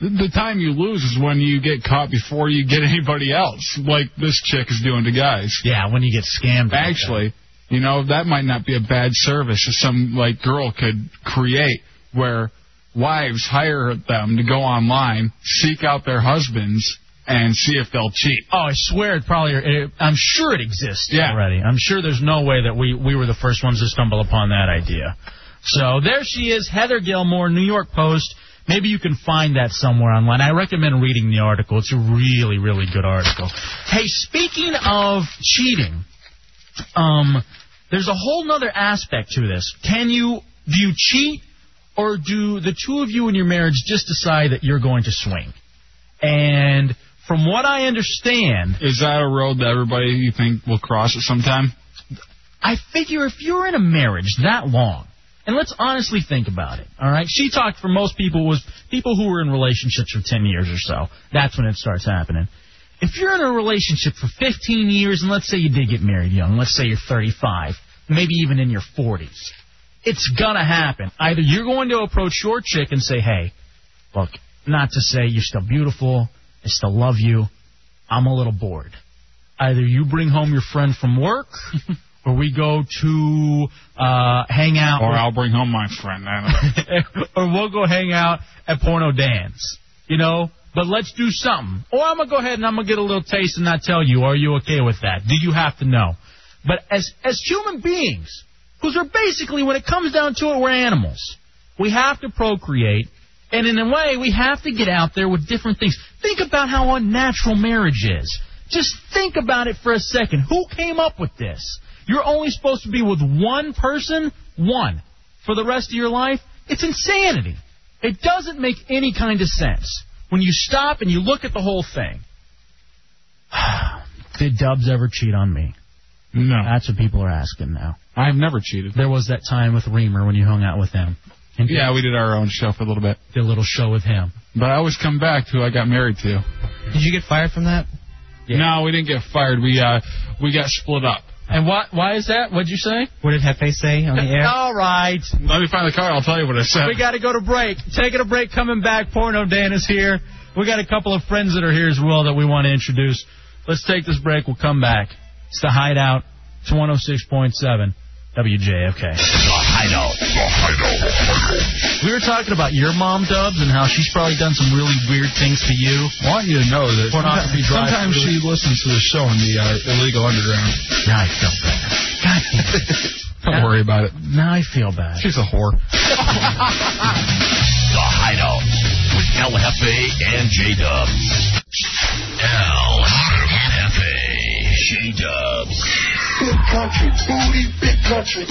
S5: The, the time you lose is when you get caught before you get anybody else, like this chick is doing to guys.
S4: Yeah, when you get scammed.
S5: Actually, you know, that might not be a bad service if some, like, girl could create where wives hire them to go online, seek out their husbands, and see if they'll cheat.
S4: Oh, I swear it probably. It, I'm sure it exists
S5: Yeah.
S4: already. I'm sure there's no way that we we were the first ones to stumble upon that idea. So there she is, Heather Gilmore, New York Post. Maybe you can find that somewhere online. I recommend reading the article. It's a really, really good article. Hey, speaking of cheating, um, there's a whole nother aspect to this. Can you do you cheat, or do the two of you in your marriage just decide that you're going to swing? And from what I understand,
S5: Is that a road that everybody you think will cross at some time?
S4: I figure if you're in a marriage that long, and let's honestly think about it, all right? She talked for most people was people who were in relationships for 10 years or so. That's when it starts happening. If you're in a relationship for 15 years, and let's say you did get married young, let's say you're 35, maybe even in your 40s, it's gonna happen. Either you're going to approach your chick and say, hey, look, not to say you're still beautiful, I still love you, I'm a little bored. Either you bring home your friend from work, or we go to uh, hang out,
S5: Or I'll bring home my friend. I don't know.
S4: or we'll go hang out at Porno Dan's. You know, But let's do something. Or I'm gonna go ahead and I'm gonna get a little taste and not tell you. Are you okay with that? Do you have to know? But as as human beings, because we're basically, when it comes down to it, we're animals. We have to procreate, and in a way, we have to get out there with different things. Think about how unnatural marriage is. Just think about it for a second. Who came up with this? You're only supposed to be with one person, one, for the rest of your life. It's insanity. It doesn't make any kind of sense when you stop and you look at the whole thing. Did Dubs ever cheat on me?
S5: No.
S4: That's what people are asking now.
S5: I've never cheated.
S4: There was that time with Reamer when you hung out with him. And
S5: Yeah, we did our own show for a little bit.
S4: Did a little show with him.
S5: But I always come back to who I got married to.
S17: Did you get fired from that?
S5: No, we didn't get fired. We uh we got split up.
S4: And why why is that? What'd you say?
S17: What did Hefe say on the air?
S4: All right.
S5: Let me find the card. I'll tell you what I said.
S4: We got to go to break. Taking a break, coming back. Porno Dan is here. We got a couple of friends that are here as well that we want to introduce. Let's take this break. We'll come back. It's the Hideout. It's 106.7 WJFK. We were talking about your mom, Dubs, and how she's probably done some really weird things to you.
S5: I want you to know that
S4: Pornography drive
S5: sometimes she listens to the show in the uh, illegal underground.
S4: Now I feel bad. God damn it.
S5: Don't worry about it.
S4: Now I feel bad.
S5: She's a whore.
S3: The Hideout with LFA and J Dubs. LFA, J Dubs.
S18: Big country, booty, big country.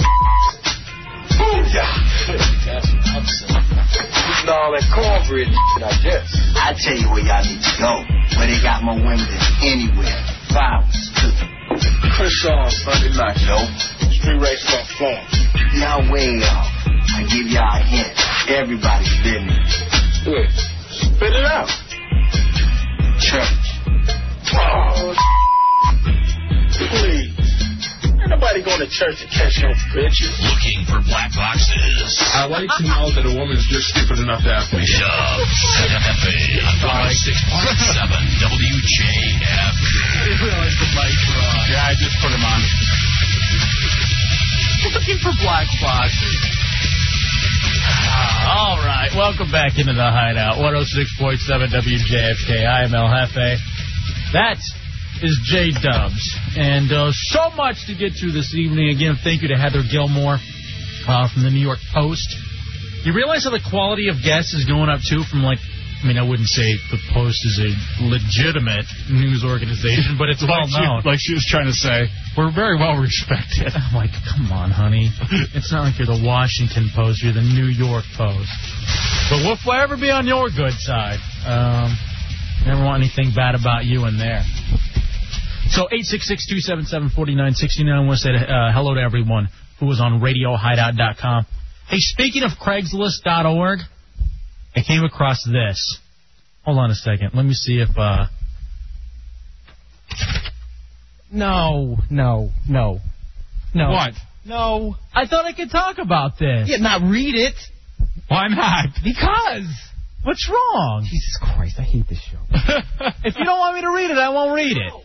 S19: Eating all that cornbread shit, I guess. I tell you where y'all need to go. Where they got more women than anywhere. Violence, too. Chris on Sunday night, yo. Street race on phone. Now way off. I give y'all a hint. Everybody's business. Look, spit it out. Church. Oh, please. Ain't nobody going to church to catch no bitches.
S3: Looking for black boxes.
S5: I like to know that a woman's just stupid enough to ask me.
S1: Oh,
S3: Dubs, LFA, 106.7 WJFK.
S5: Yeah, I just put him on.
S4: Looking for black boxes. Ah, All right, welcome back into the Hideout. 106.7 WJFK. I am El Jefe. That is J Dubs. And uh, so much to get to this evening. Again, thank you to Heather Gilmore uh, from the New York Post. You realize how the quality of guests is going up, too, from like, I mean, I wouldn't say the Post is a legitimate news organization, but it's well
S5: like she-
S4: known.
S5: like she was trying to say, we're very well respected.
S4: I'm like, come on, honey. It's not like you're the Washington Post. You're the New York Post. But we'll forever be on your good side. Um, never want anything bad about you in there. So 866-277-4969. I want to say uh, hello to everyone who was on RadioHideout.com. Hey, speaking of Craigslist.org, I came across this. Hold on a second. Let me see if... Uh,
S17: No, no, no, no.
S5: What?
S17: No.
S4: I thought I could talk about this.
S17: Yeah, not read it
S5: Why not?
S17: because.
S4: What's wrong?
S17: Jesus Christ, I hate this show.
S4: if you don't want me to read it, I won't read it. All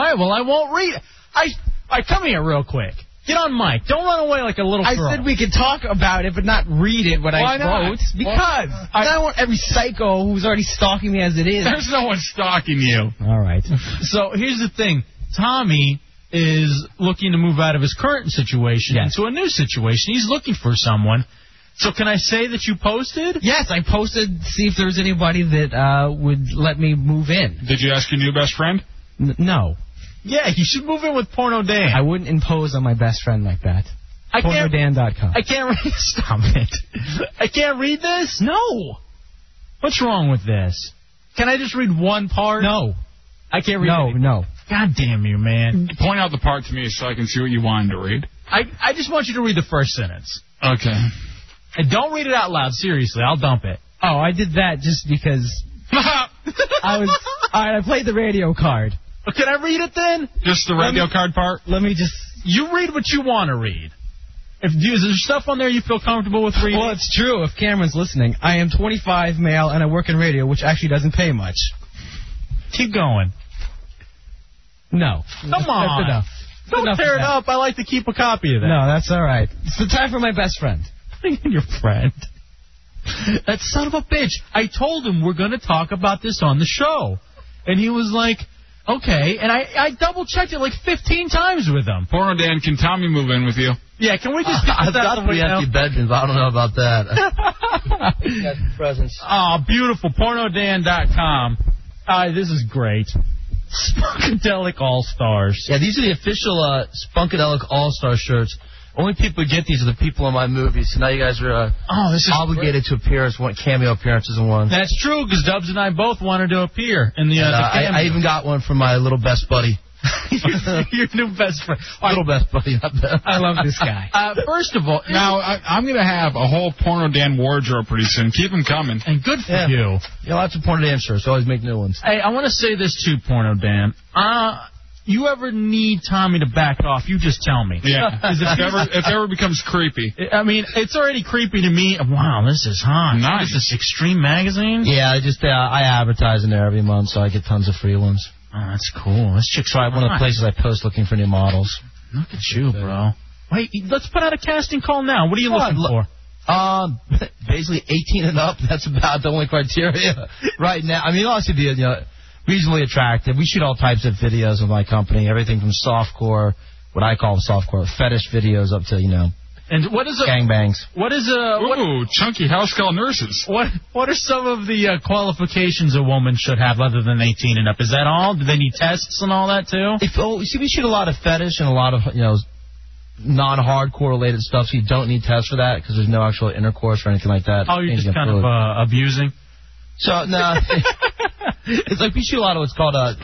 S4: right, well, I won't read it. I, I come here real quick. Get on mic. Don't run away like a little
S17: I
S4: girl.
S17: said we could talk about it, but not read it. What
S5: Why
S17: I
S5: not?
S17: wrote because
S5: Well, I-
S17: I, don't want every psycho who's already stalking me as it is.
S5: There's no one stalking you.
S17: All right.
S4: so here's the thing. Tommy is looking to move out of his current situation
S17: Yes.
S4: into a new situation. He's looking for someone. So can I say that you posted?
S17: Yes, I posted to see if there was anybody that uh, would let me move in.
S5: Did you ask your new best friend?
S17: N- no,
S4: Yeah, you should move in with Porno Dan.
S17: I wouldn't impose on my best friend like that.
S4: I can't-
S17: PornoDan.com.
S4: I can't read. Stop it. I can't read this. No. What's wrong with this? Can I just read one part?
S17: No,
S4: I can't read.
S17: no,
S4: any-
S17: no.
S4: God damn you, man.
S5: Point out the part to me so I can see what you wanted to read.
S4: I I just want you to read the first sentence.
S5: Okay.
S4: And don't read it out loud. Seriously, I'll dump it.
S17: Oh, I did that just because I was. All right, I played the radio card.
S4: Can I read it then?
S5: Just the radio card part?
S17: Let me just.
S4: You read what you want to read. If you, is there stuff on there you feel comfortable with reading?
S17: Well, it's true. If Cameron's listening, I am 25, male, and I work in radio, which actually doesn't pay much.
S4: keep going.
S17: No.
S4: Come on.
S17: That's enough.
S4: Don't
S17: enough
S4: tear
S17: of
S4: it
S17: that.
S4: up. I like to keep a copy of that.
S17: No, that's all right. It's the time for my best friend.
S4: your friend. That son of a bitch. I told him we're going to talk about this on the show. And he was like, okay. And I, I double checked it like 15 times with him.
S5: Porno Dan, can Tommy move in with you?
S4: Yeah, can we just get
S15: I've
S4: this out
S15: got
S4: of the way
S15: three
S4: now?
S15: empty bedrooms. I don't know about that.
S4: presents. Oh, beautiful. PornoDan.com. Uh, this is great. Funkadelic All Stars.
S15: Yeah, these are the official uh, Spunkadelic All Star shirts. Only people who get these are the people in my movies. So now you guys are uh,
S4: oh, this is
S15: obligated to appear as one cameo appearances in one.
S4: That's true because Dubs and I both wanted to appear in the. Uh,
S15: And, uh,
S4: the
S15: I, I
S4: cameo.
S15: even got one from my little best buddy.
S4: Your new best friend.
S15: Little best buddy.
S4: I love this guy. Uh, first of all,
S5: now I, I'm going to have a whole Porno Dan wardrobe pretty soon. Keep them coming.
S4: And good for you.
S15: Yeah, lots of porn dancers. Always make new ones.
S4: Hey, I want to say this too, Porno Dan. Uh, you ever need Tommy to back off, you just tell me.
S5: Yeah.
S4: 'Cause
S5: If ever- if ever becomes creepy.
S4: I mean, it's already creepy to me. Wow, this is hot.
S15: Nice.
S4: This is Extreme Magazine.
S15: Yeah, I just uh, I advertise in there every month, so I get tons of free ones.
S4: Oh, that's cool. That's
S15: just try one of the
S4: hot.
S15: places I post looking for new models.
S4: Look at you, bro. Wait, let's put out a casting call now. What are you looking for?
S15: Um, basically 18 and up. That's about the only criteria right now. I mean, obviously, the, you know, reasonably attractive. We shoot all types of videos with my company, everything from softcore, what I call softcore fetish videos, up to you know,
S4: And what is a
S15: gangbangs.
S4: What is a what,
S5: ooh chunky house call nurses?
S4: What what are some of the uh, qualifications a woman should have other than 18 and up? Is that all? Do they need tests and all that too?
S15: If oh, you see, we shoot a lot of fetish and a lot of you know non-hardcore related stuff, so you don't need tests for that because there's no actual intercourse or anything like that.
S4: Oh, you're just
S15: Changing
S4: kind
S15: fluid.
S4: of uh, abusing.
S15: So no, it's like we shoot a lot of what's called uh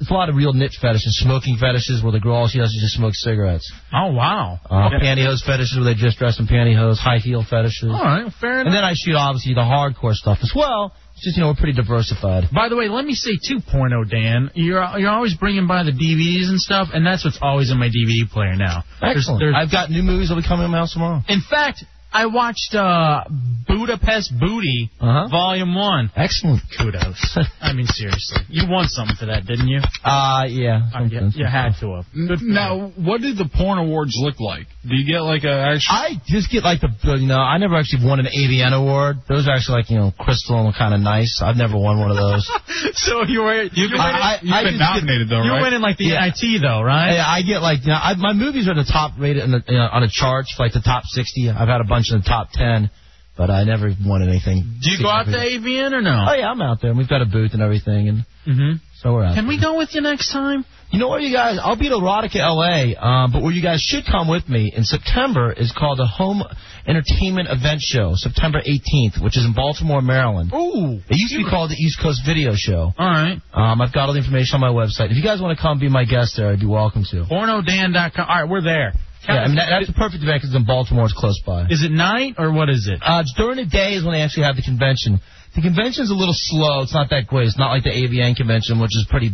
S15: It's a lot of real niche fetishes, smoking fetishes, where the girl all she does is just smoke cigarettes.
S4: Oh wow.
S15: Uh,
S4: Okay.
S15: Pantyhose fetishes, where they just dress in pantyhose, high heel
S17: Oh.
S15: fetishes.
S4: All right, fair enough.
S15: And then I shoot obviously the hardcore stuff as well. It's just you know we're pretty diversified.
S4: By the way, let me say too, Porno Dan, you're you're always bringing by the DVDs and stuff, and that's what's always in my DVD player now. There's-
S15: Excellent.
S4: there's-
S15: I've got new movies that'll be coming to my house tomorrow.
S4: in fact, I watched uh, Budapest Booty Volume One.
S15: Uh-huh. Excellent.
S4: Kudos. I mean, seriously, you won something for that, didn't you?
S15: Uh, yeah.
S4: you, you had to have.
S5: Now, what did the porn awards look like? Do you get like a actual?
S15: I just get like the the- you know I never actually won an AVN award. Those are actually like you know crystal and kind of nice. I've never won one of those.
S4: So you were you
S15: been- you've been nominated, though,
S4: You
S15: right?
S4: went in like the
S15: Yeah.
S4: NIT though, right?
S15: Yeah, I get like you know, I, my movies are the top rated in the, you know, on the charts, like the top sixty. I've had a bunch in the top ten, but I never won anything.
S4: Do you go out to AVN or no? Mm-hmm.
S15: Oh yeah, I'm out there. and We've got a booth and everything, and so we're out.
S4: Can we go with you next time?
S15: You know where you guys? I'll be at Erotica LA, um, but where you guys should come with me in September is called the Home Entertainment Event Show, September 18th, which is in Baltimore, Maryland.
S4: Ooh.
S15: It used to be called the East Coast Video Show.
S4: All right.
S15: Um, I've got all the information on my website. If you guys want to come be my guest there, I'd be welcome to.
S4: Pornodan.com. All right, we're there.
S15: Yeah, I mean, that, that's the perfect event 'cause it's in Baltimore. It's close by.
S4: Is it night or what is it?
S15: Uh, it's during the day is when they actually have the convention. The convention's a little slow. It's not that great. It's not like the AVN convention, which is pretty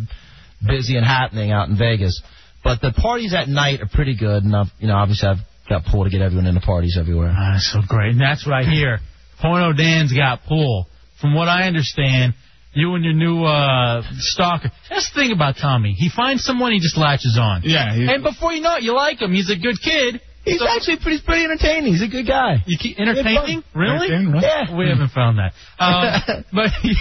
S15: busy and happening out in Vegas. But the parties at night are pretty good, and I've, you know, obviously I've got pull to get everyone into parties everywhere.
S4: Ah, that's so great. And that's what I hear. Porno Dan's got pull. From what I understand, you and your new uh stalker. That's the thing about Tommy. He finds someone he just latches on.
S5: Yeah, he-
S4: And before you know it, you like him. He's a good kid.
S15: He's actually pretty, pretty entertaining. He's a good guy.
S4: You keep entertaining? Really?
S5: Entertaining, right?
S15: Yeah.
S4: We haven't found that. Um, but he,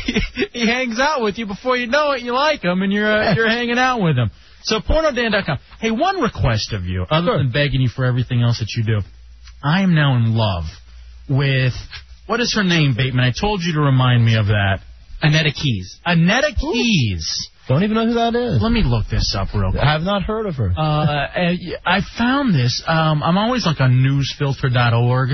S4: he hangs out with you before you know it. You like him, and you're uh, you're hanging out with him. So pornodan.com. Hey, one request of you, other than begging you for everything else that you do, I am now in love with what is her name, Bateman? I told you to remind me of that. Anetta Keys. Anetta Keys.
S15: Don't even know who that is.
S4: Let me look this up real quick.
S15: I have not heard of her.
S4: Uh, and I found this. Um, I'm always like on newsfilter.org,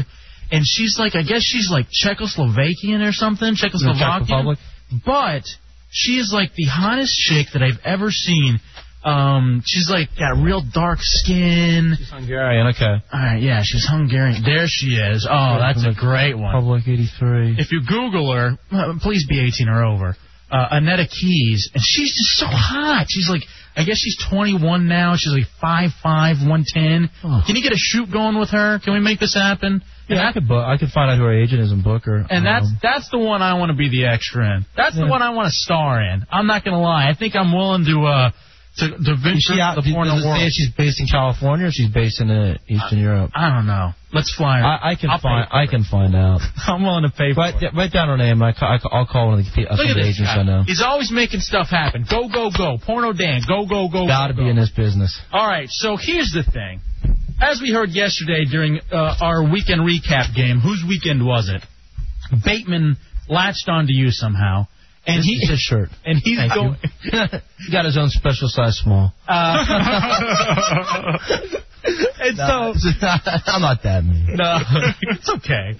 S4: and she's like, I guess she's like Czechoslovakian or something,
S15: Czech
S4: Czechoslovakian.
S15: Republic?
S4: But she is like the hottest chick that I've ever seen. Um, she's like got real dark skin.
S15: Hungarian, okay.
S4: All right, yeah, she's Hungarian. There she is. Oh, that's a great one.
S15: Public 83.
S4: If you Google her, uh, please be 18 or over. Uh, Anetta Keys, and she's just so hot. She's like, I guess she's 21 now. She's like 5'5", 110. Can you get a shoot going with her? Can we make this happen? And
S15: Oh. Yeah, I
S4: that-
S15: could, book, I could find out who her agent is and book her.
S4: and that's
S15: Um,
S4: that's the one I want to be the extra in. That's the
S15: Yeah.
S4: one I want to star in. I'm not gonna lie. I think I'm willing to uh to, to
S15: Is
S4: venture
S15: she out?
S4: the
S15: does
S4: porno
S15: it say
S4: world.
S15: she's based in California or she's based in uh, Eastern Europe?
S4: I don't know. Let's fly her.
S15: I, I can
S4: I'll pay
S15: find.
S4: for
S15: I can find out.
S4: I'm willing to pay
S15: for it. Write down her name. I, will call one of the, uh, some
S4: Look at
S15: of the
S4: this
S15: agents
S4: guy.
S15: I know.
S4: He's always making stuff happen. Go, go, go. Porno Dan. Go, go, go.
S15: Gotta be in this business.
S4: All right, so here's the thing. As we heard yesterday during uh, our weekend recap game, whose weekend was it? Bateman latched onto you somehow, and
S15: This
S4: he
S15: is his shirt.
S4: and he's
S15: Thank
S4: going.
S15: you. he got his own special size small.
S4: Uh, and
S15: No,
S4: so
S15: I'm not that mean.
S4: no, it's okay.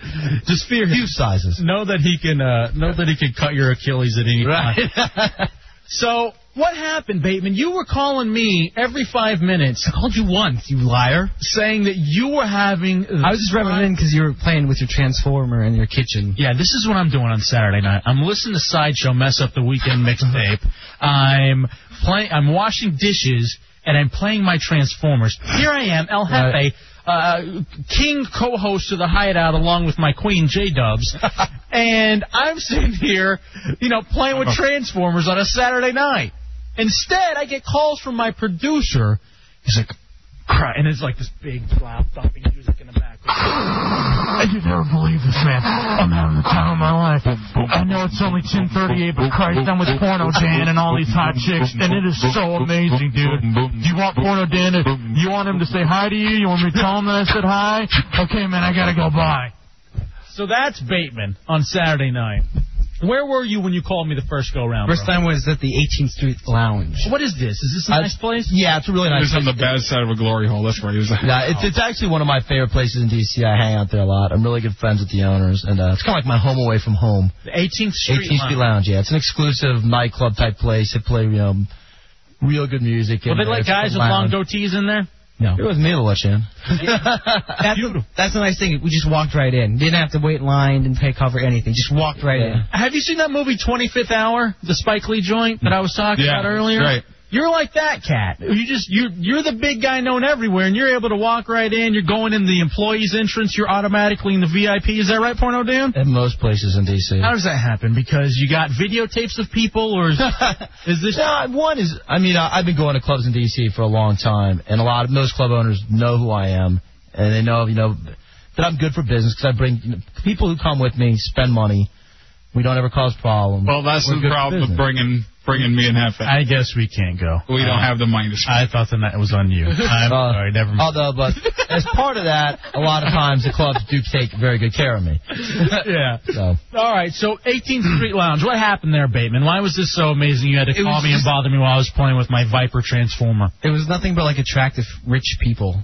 S4: Just fear him. Few
S15: sizes.
S4: Know that he can. Uh, know that he can cut your Achilles at any time. so what happened, Bateman? You were calling me every five minutes. I called you once, you liar. Saying that you were having.
S17: I was just rubbing it in because you were playing with your transformer in your kitchen.
S4: Yeah, this is what I'm doing on Saturday night. I'm listening to Sideshow mess up the weekend mixtape. I'm playing. I'm washing dishes and I'm playing my Transformers. Here I am, El Jefe. Uh, king co-host of the hideout along with my queen J Dubs, and I'm sitting here, you know, playing with
S11: Uh-huh.
S4: Transformers on a Saturday night. Instead, I get calls from my producer. He's like, "Cry," and it's like this big loud thumping music in the background.
S11: I can never believe this, man. I'm having the time of my life. I know it's only 10:38, but Christ, I'm with Porno Dan and all these hot chicks, and it is so amazing, dude. Do you want Porno Dan? To, you want him to say hi to you? You want me to tell him that I said hi? Okay, man, I gotta go. Bye.
S4: So that's Bateman on Saturday night. Where were you when you called me the first go round?
S17: First time was at the 18th Street Lounge.
S4: What is this? Is this a nice place?
S15: Yeah, it's a really
S5: He
S15: nice.
S5: was on the bad
S15: place.
S5: side of a glory hole. That's where he was.
S15: Yeah, it's, it's actually one of my favorite places in D.C. I hang out there a lot. I'm really good friends with the owners, and uh, it's kind of like my home away from home.
S4: The 18th Street
S15: 18th Street Lounge, yeah. It's an exclusive nightclub type place. They play you know, real good music.
S4: Will
S15: and
S4: they let
S15: it's a
S4: guys with long
S15: lounge.
S4: goatees in there?
S15: No, it was me that let you in.
S17: that's, that's the nice thing. We just walked right in. Didn't have to wait in line, didn't pay cover anything. Just walked right in.
S4: Have you seen that movie 25th Hour, the Spike Lee joint that I was talking
S5: Yeah,
S4: about earlier?
S5: right.
S4: You're like that cat. You just you you're the big guy known everywhere, and you're able to walk right in. You're going in the employees' entrance. You're automatically in the VIP. Is that right, Porno Dan?
S15: At most places in D.C.
S4: How does that happen? Because you got videotapes of people, or is, is this?
S15: No, one is. I mean, I, I've been going to clubs in D.C. for a long time, and a lot of most club owners know who I am, and they know, you know, that I'm good for business because I bring you know, people who come with me spend money. We don't ever cause problems.
S5: Well, that's
S15: We're
S5: the
S15: good for
S5: problem with
S15: business.
S5: bringing bringing me and Hefe.
S4: I guess we can't go.
S5: We don't
S4: Uh,
S5: have the money to spend.
S4: I thought the night was on you. I'm
S15: Uh,
S4: sorry. Never mind.
S15: Although, but as part of that, a lot of times the clubs do take very good care of me.
S4: yeah.
S15: So
S4: All right, so 18th Street Lounge. What happened there, Bateman? Why was this so amazing? You had to
S17: It
S4: call
S17: was
S4: me and
S17: just-
S4: bother me while I was playing with my Viper Transformer.
S17: It was nothing but like attractive rich people,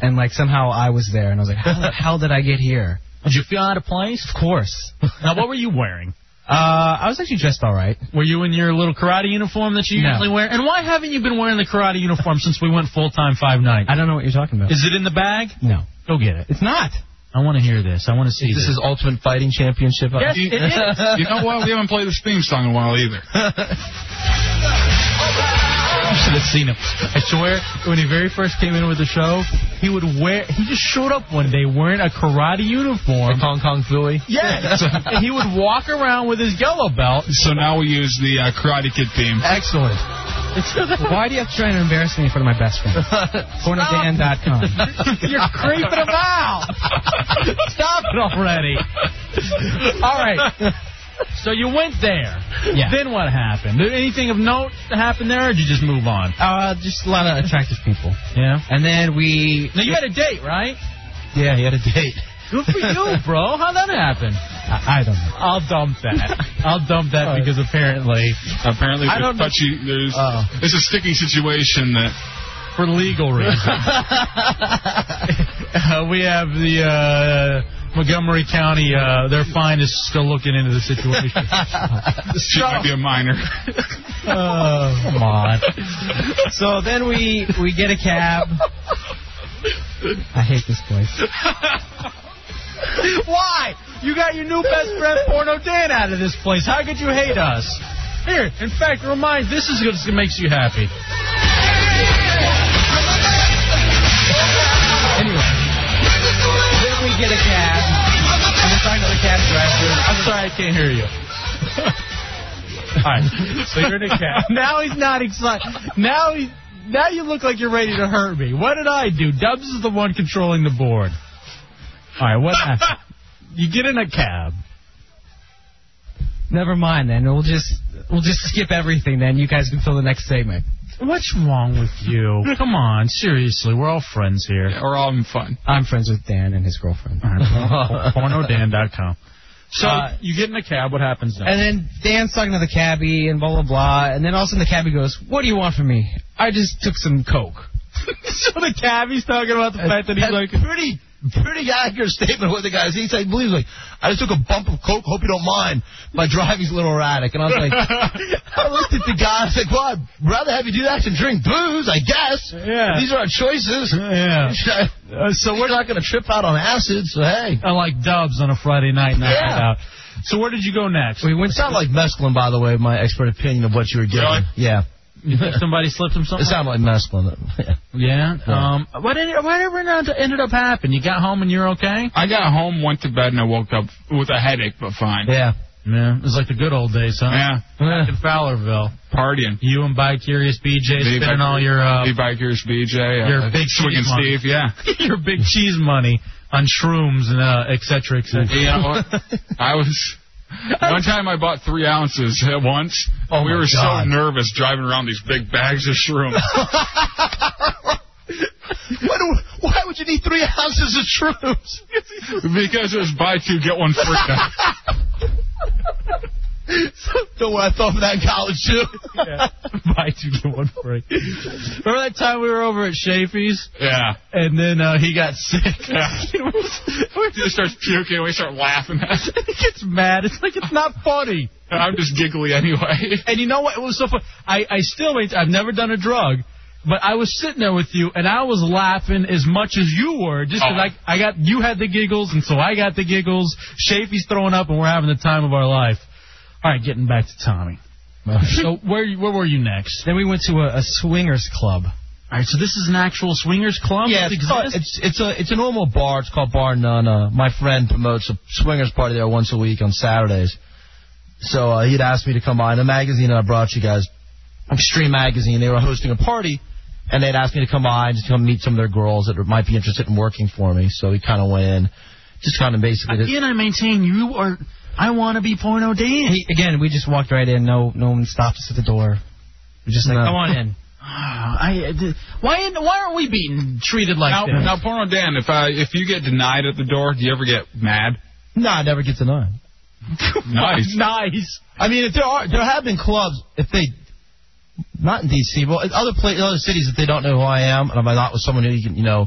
S17: and like somehow I was there, and I was like, how the hell did I get here?
S4: Did you feel out of place?
S17: Of course.
S4: Now, what were you wearing?
S17: Uh, I was actually dressed all right.
S4: Were you in your little karate uniform that you
S17: No.
S4: usually wear? And why haven't you been wearing the karate uniform since we went full time five night?
S17: I don't know what you're talking about.
S4: Is it in the bag?
S17: no,
S4: Go get it.
S17: it's not.
S4: I want to hear this. I want to see
S15: this is Ultimate Fighting Championship.
S4: Yes,
S5: You-
S4: it is.
S5: You know what? We haven't played this theme song in a while either.
S4: You should have seen him. I swear, when he very first came in with the show, he would wear. He just showed up one day wearing a karate uniform.
S15: Hong Kong Philly.
S4: Yes, and he would walk around with his yellow belt.
S5: So now we use the uh, Karate Kid theme.
S15: Excellent.
S17: Why do you have to try and embarrass me in front of my best friend? PornoDan.com.
S4: You're creeping him out. Stop it already. All right. So you went there.
S17: Yeah.
S4: Then what happened? Did anything of note happen there, or did you just move on?
S17: Uh, just a lot of attractive people.
S4: Yeah.
S17: And then we.
S4: Now you had a date, right?
S15: Yeah, he had a date.
S4: Good for you, bro. How'd that happen?
S17: I, I don't know.
S4: I'll dump that. I'll dump that because apparently
S5: Apparently,
S4: I
S5: there's
S4: don't know-
S5: touchy. There's
S4: Oh.
S5: it's a sticky situation that
S4: for legal reasons. uh, we have the uh, Montgomery County. Uh, their fine is still looking into the situation.
S5: she might be a minor.
S4: Oh, come on.
S17: So then we we get a cab. I hate this place.
S4: Why? You got your new best friend Porno Dan out of this place. How could you hate us? Here, in fact, remind this is what makes you happy.
S17: Anyway, then we get a cab. And we're talking to the cab driver.
S4: I'm sorry I can't hear you. right. So you're the cat.
S20: now he's not excited.
S4: Now he, now you look like you're ready to hurt me. What did I do? Dubs is the one controlling the board. All right, what happened? You get in a cab.
S17: Never mind then. We'll just we'll just skip everything then. You guys can fill the next segment.
S4: What's wrong with you? Come on, seriously, we're all friends here. we're all having fun.
S17: I'm friends with Dan and his girlfriend.
S4: PornoDan.com. So
S17: Uh,
S4: you get in a cab. What happens next?
S17: And then Dan's talking to the cabbie and blah blah
S15: Uh,
S17: blah. And then all of a sudden the cabbie goes, "What do you want from me? I just took some coke."
S4: so the cabbie's talking about the fact that he's like
S15: pretty pretty accurate statement of what the guy is. He said, believes like, I just took a bump of coke. Hope you don't mind. My driving's a little erratic, and I was like, I looked at the guy. I was like, well, I'd rather have you do that than drink booze, I guess.
S4: Yeah.
S15: These are our choices.
S4: Yeah. Uh,
S15: so we're not going to trip out on acid. So hey.
S4: I like dubs on a Friday night. Not
S15: Yeah.
S4: out. So where did you go next?
S15: We went. It's not like mescaline, by the way. My expert opinion of what you were
S4: Really?
S15: getting. Yeah.
S4: You think somebody slipped him something?
S15: It sounded like mescaline.
S4: Yeah. Um. What did whatever not ended up happening? You got home and you're okay.
S5: I got home, went to bed, and I woke up with a headache, but fine.
S15: Yeah.
S4: Yeah. It was like the good old days, huh?
S5: Yeah.
S4: Back in Fowlerville,
S5: partying.
S4: You and Bi Curious BJ
S5: Be
S4: spinning
S5: Bi-
S4: all your uh,
S5: Be Bikers, BJ, uh,
S4: your big
S5: Swig and
S4: cheese money.
S5: Steve, yeah.
S4: your big cheese money on shrooms and uh, et cetera, et cetera.
S5: You know what? I was. One time I bought three ounces at once.
S15: Oh
S5: we
S15: my
S5: were
S15: God.
S5: so nervous driving around these big bags of shrooms.
S15: Why do- why would you need three ounces of shrooms?
S5: because it was buy two, get one free.
S15: Don't worry, I thought of that in college too.
S4: Buy two get one free. Remember that time we were over at Shafee's?
S5: Yeah.
S4: And then uh, he got sick.
S5: Yeah. he just starts puking. We start laughing.
S4: he gets mad. It's like it's not funny.
S5: I'm just giggly anyway.
S4: And you know what? It was so fun. I I still ain't- I've never done a drug. But I was sitting there with you, and I was laughing as much as you were, just 'cause I, I got you had the giggles, and so I got the giggles. Shafee's throwing up, and we're having the time of our life. All right, getting back to Tommy. so where you- where were you next?
S17: Then we went to a, a swingers club.
S4: All right, so this is an actual swingers club.
S15: Yeah,
S4: Does it
S15: it's, called-
S4: exist?
S15: it's it's a it's a normal bar. It's called Bar None. Uh, my friend promotes a swingers party there once a week on Saturdays. So uh, he'd asked me to come by. And the magazine I brought you guys, Extreme Magazine, they were hosting a party, and they'd asked me to come by and just come meet some of their girls that might be interested in working for me. So we kind of went in, just kind of
S17: Uh,
S15: basically. did-
S4: Again, I maintain you are. I want to be porno Dan.
S17: He, again, we just walked right in. No, no one stopped us at the door. We're just like,
S15: No.
S17: come on in.
S4: I, I- why why aren't we being treated like
S5: Now,
S4: that?
S5: now, Porno Dan, if I if you get denied at the door, do you ever get mad?
S15: No, I never get to know.
S5: Nice.
S4: nice.
S15: I mean, if there are there have been clubs if they not in DC, well, in other pla other cities that they don't know who I am, and if I'm not with someone who you can, you know,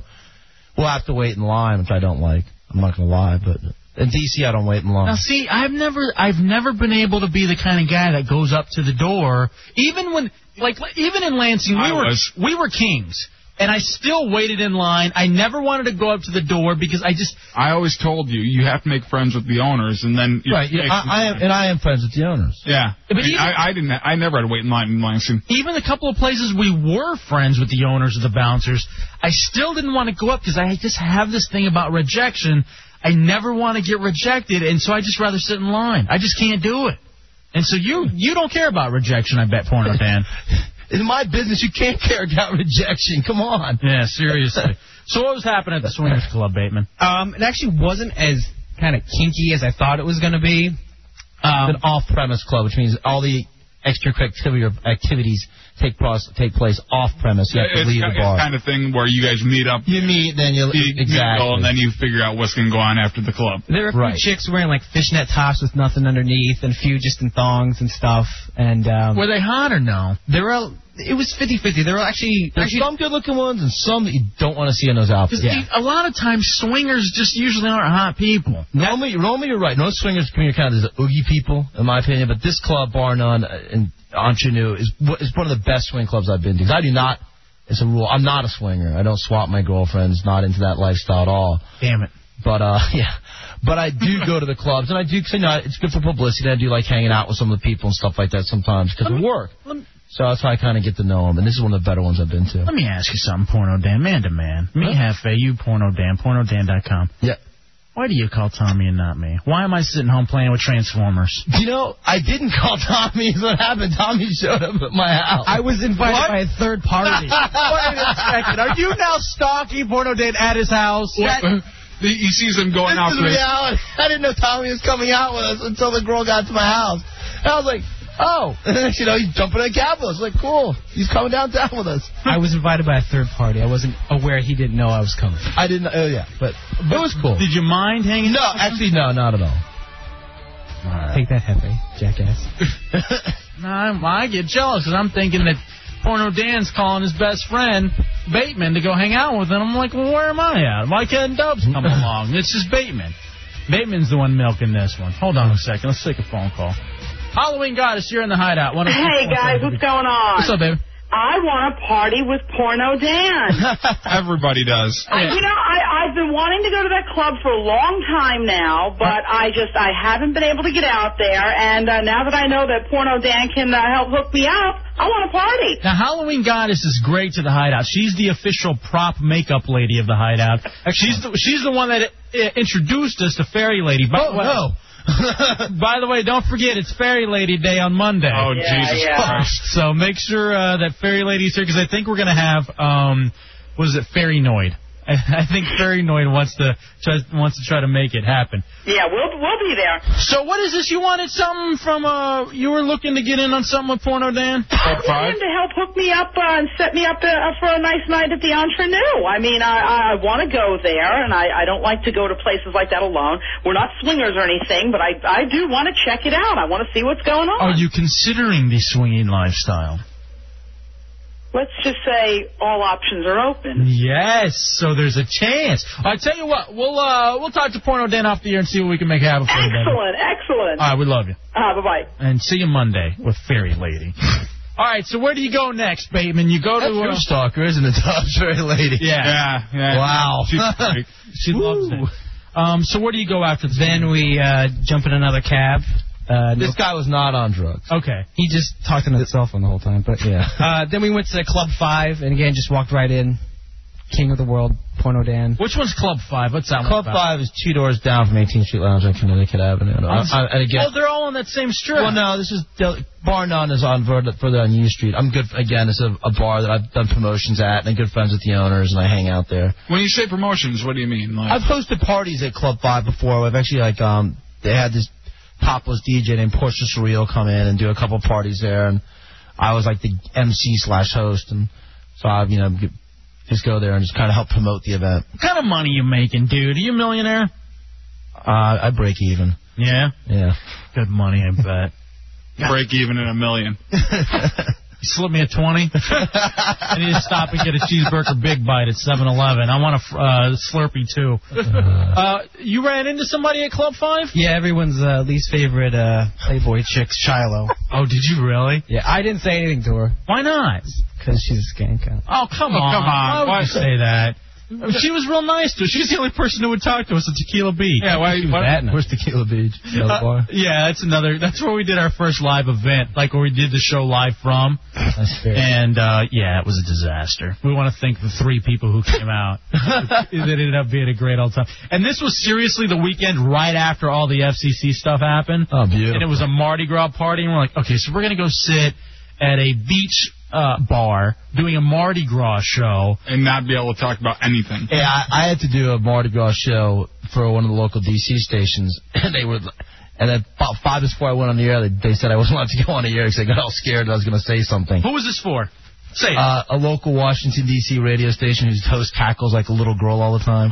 S15: will have to wait in line, which I don't like. I'm not gonna lie, but in DC I don't wait in
S4: Now
S15: line.
S4: see, I've never I've never been able to be the kind of guy that goes up to the door, even when like even in Lansing we
S5: I
S4: were
S5: was.
S4: we were kings. And I still waited in line. I never wanted to go up to the door because I just
S5: I always told you you have to make friends with the owners, and then you
S15: Right? Yeah,
S5: make-
S15: I, I am, and I am friends with the owners.
S5: yeah.
S4: But
S5: I, mean,
S4: even-
S5: I, I didn't. I never had to wait in line in Lansing.
S4: even the couple of places we were friends with the owners of the bouncers, I still didn't want to go up because I just have this thing about rejection. I never want to get rejected, and so I just rather sit in line. I just can't do it. And so you you don't care about rejection, I bet, porno Dan.
S15: In my business, you can't care about rejection. Come on.
S4: yeah, seriously. So what was happening at the swingers club, Bateman?
S17: Um, it actually wasn't as kind of kinky as I thought it was going to be.
S15: It's an off-premise club, which means all the extracurricular activities take pros- take place off-premise. You have to
S5: it's
S15: leave
S5: ki-
S15: the
S5: it's
S15: bar.
S5: kind of thing where you guys meet up,
S15: You meet, then you
S5: you meet
S15: exactly.
S5: all, and then you figure out what's going to go on after the club.
S17: There were a few
S15: Right.
S17: chicks wearing like fishnet tops with nothing underneath, and a few just in thongs and stuff. And
S15: uh,
S17: um,
S4: Were they hot or no?
S17: there were it was 50-50. There were actually
S15: There's
S17: actually
S15: some good-looking ones and some that you don't want to see in those outfits.
S4: Because a lot of times swingers just usually aren't hot people.
S15: Normally, normally you're right. Most swingers community kind of is the oogie people, in my opinion. But this club, bar none, uh, in Ingenue, is wh- is one of the best swing clubs I've been to. 'Cause I do not, as a rule, I'm not a swinger. I don't swap my girlfriends. Not into that lifestyle at all.
S4: Damn it.
S15: But uh, yeah. But I do go to the clubs, and I do. Cause, you know, it's good for publicity. I do like hanging out with some of the people and stuff like that sometimes because of work.
S4: lem-
S15: So that's how I kind of get to know them. And this is one of the better ones I've been to.
S4: Let me ask you something, porno Dan, man to man. Me, Hefe, you, porno Dan, pornodan.com.
S15: Yeah.
S4: Why do you call Tommy and not me? Why am I sitting home playing with Transformers?
S15: You know, I didn't call Tommy. What happened? Tommy showed up at my house.
S4: I was invited
S15: What?
S4: by a third party.
S21: Wait a second. Are you now stalking Porno Date at his house?
S5: Well, he he sees them going
S15: This
S5: out
S15: is
S5: for this.
S15: reality. I didn't know Tommy was coming out with us until the girl got to my house. And I was like, oh. And then, you know, he's jumping on cab with us. Like, cool. He's coming downtown with us.
S22: I was invited by a third party. I wasn't aware he didn't know I was coming.
S15: I didn't. Oh yeah, but it was cool.
S4: Did you mind hanging?
S15: No, actually, no, not at all.
S22: Take that, Hefe, jackass.
S4: No, I'm, I get jealous because I'm thinking that Porno Dan's calling his best friend Bateman to go hang out with, and I'm like, well, where am I at? Why can't Dubs come along? This is Bateman. Bateman's the one milking this one. Hold on a second. Let's take a phone call. Halloween Goddess, you're in the hideout. One of-
S13: Hey guys, what's going on?
S4: What's up, baby?
S13: I want to party with Porno Dan.
S5: Everybody does.
S13: I, Uh, you know, I, I've been wanting to go to that club for a long time now, but I just I haven't been able to get out there. And uh, now that I know that Porno Dan can uh, help hook me up, I want to party.
S4: Now, Halloween Goddess is great to the Hideout. She's the official prop makeup lady of the Hideout. She's the, she's the one that uh, introduced us to Fairy Lady. By
S5: Oh,
S4: the way, By the way, don't forget it's Fairy Lady Day on Monday. Oh
S5: Yeah, Jesus yeah. Christ.
S4: So make sure uh, that Fairy Lady's here because I think we're gonna have um, what is it, Fairy Noid? I, I think Fairy Noid wants to tries, wants to try to make it happen.
S13: Yeah, we'll we'll be there.
S4: So what is this? You wanted something from uh, you were looking to get in on something with Porno Dan?
S13: I want him to help hook me up uh, and set me up uh, for a nice night at the Ingenue. I mean, I, I want to go there, and I, I don't like to go to places like that alone. We're not swingers or anything, but I, I do want to check it out. I want to see what's going on.
S4: Are you considering the swinging lifestyle?
S13: Let's just say all options are open.
S4: Yes, so there's a chance. I tell you what, we'll uh, we'll talk to Porno Dan off the air and see what we can make happen for you. baby.
S13: Excellent, excellent.
S4: All right, we love you,
S13: Uh, bye bye.
S4: and see you Monday with Fairy Lady. All right, so where do you go next, Bateman? You go to
S15: That's
S4: uh,
S15: your stalker, isn't it, Dubs? Fairy lady.
S4: Yeah,
S15: Wow.
S4: she loves it. Um, so where do you go after this?
S22: Then we uh, jump in another cab. Uh,
S15: This guy was not on drugs.
S4: Okay.
S22: He just talked on his cell phone the whole time, but yeah. uh, then we went to Club Five, and again just walked right in. King of the World, Porno Dan.
S4: Which one's Club Five? What's that
S15: Club
S4: one about?
S15: Five is two doors down from 18th Street Lounge on Connecticut Avenue. And I, I, and again,
S4: oh, they're all on that same strip.
S15: Well, no, this is the, bar none is on further, further on U Street. I'm good again. It's a, a bar that I've done promotions at, and I'm good friends with the owners, and I hang out there.
S5: When you say promotions, what do you mean? Like,
S15: I've hosted parties at Club Five before. I've actually like um they had this topless DJ named Portia Surreal come in and do a couple parties there, and I was like the MC slash host, and so I you know g- just go there and just kind of help promote the event.
S4: What kind of money you making, dude? Are you a millionaire?
S15: Uh, I break even.
S4: Yeah.
S15: Yeah.
S4: Good money, I bet.
S5: break even in a million.
S4: You slip me a twenty. I need to stop and get a cheeseburger big bite at 7-Eleven. I want a uh, Slurpee too. Uh, you ran into somebody at Club Five?
S22: Yeah, everyone's uh, least favorite uh, Playboy chick, Shiloh.
S4: Oh, did you really?
S22: Yeah, I didn't say anything to her
S4: Why not?
S22: because she's a skank.
S4: Oh, come on.
S5: come on.
S4: Why would
S5: Why-
S4: you say that? I mean, She was real nice to us. She was the only person who would talk to us at Tequila Beach.
S5: Yeah, why? why
S15: Where's Tequila Beach?
S4: Uh, yeah, that's another. That's where we did our first live event, like where we did the show live from. And uh, yeah, it was a disaster. We want to thank the three people who came out. it ended up being a great old time. And this was seriously the weekend right after all the FCC stuff happened.
S15: Oh, beautiful.
S4: And it was a Mardi Gras party, and we're like, okay, so we're gonna go sit at a beach uh, bar doing a Mardi Gras show.
S5: and not be able to talk about anything.
S15: Yeah, I, I had to do a Mardi Gras show for one of the local DC stations, and they were, and then about five minutes before I went on the air, they, they said I wasn't allowed to go on the air because I got all scared that I was going to say something.
S4: Who was this for? Say it.
S15: Uh, a local Washington DC radio station whose host cackles like a little girl all the time.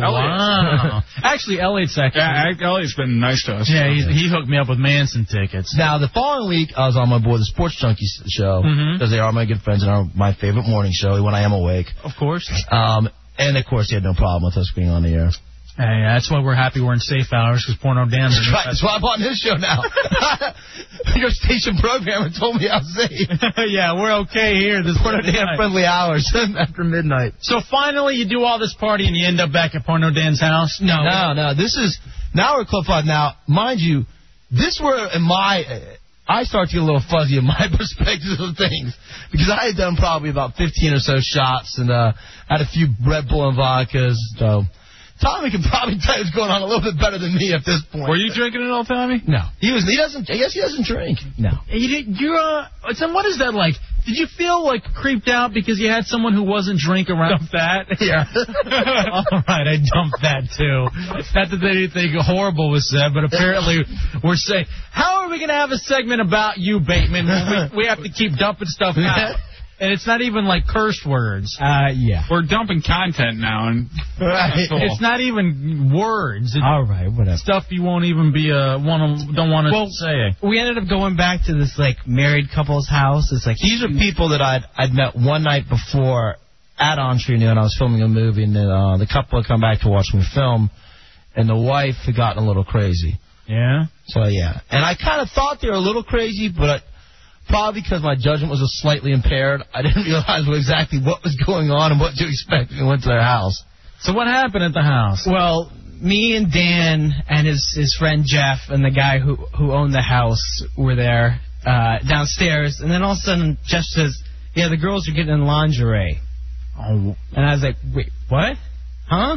S4: wow. actually, Elliot's second.
S5: Yeah, I- Elliot's been nice to us.
S4: Yeah, he, he hooked me up with Manson tickets.
S15: Now the following week, I was on my boy the Sports Junkies show
S4: Mhm.
S15: because they are my good friends and are my favorite morning show when I am awake.
S4: Of course.
S15: Um, and of course, he had no problem with us being on the air.
S4: Hey, that's why we're happy we're in safe hours because porno Dan.
S15: That's right. That's why I'm on this show now. Your station programmer told me I was safe.
S4: yeah, we're okay here. This
S15: Porno Dan friendly hours after midnight.
S4: So finally, you do all this party and you end up back at Porno Dan's house. No,
S15: No, no. This is now we're at Club Five. Now, mind you, this were in my. I start to get a little fuzzy in my perspective of things because I had done probably about 15 or so shots and uh, had a few Red Bull and vodkas. So Tommy can probably tell you what's going on a little bit better than me at this point. Were
S5: you drinking it all, Tommy?
S15: No. He was. He doesn't. I guess he doesn't drink. No.
S4: You did, you're, uh, so what is that like? Did you feel like creeped out because you had someone who wasn't drink around? that?
S15: Yeah.
S4: All right, I dumped that too. Not that anything horrible was said, but apparently we're saying, how are we going to have a segment about you, Bateman? when We, we have to keep dumping stuff out. And it's not even like cursed words.
S17: Uh, yeah.
S5: We're dumping content now, and that's all.
S4: It's not even words. It's All
S17: right, whatever.
S4: Stuff you won't even be uh want to don't want to
S17: Well,
S4: say.
S17: we ended up going back to this like married couple's house. It's like
S15: These are people that I'd I'd met one night before at Entrepreneur, and I was filming a movie, and then, uh, the couple had come back to watch me film, and the wife had gotten a little crazy.
S4: Yeah.
S15: So yeah, and I kind of thought they were a little crazy, but probably because my judgment was just slightly impaired, I didn't realize what exactly what was going on and what to expect when I went to their house.
S4: So what happened at the house?
S17: Well, me and Dan and his his friend Jeff and the guy who who owned the house were there uh, downstairs, and then all of a sudden Jeff says, "Yeah, the girls are getting in lingerie."
S4: Oh.
S17: And I was like, "Wait, what? Huh?"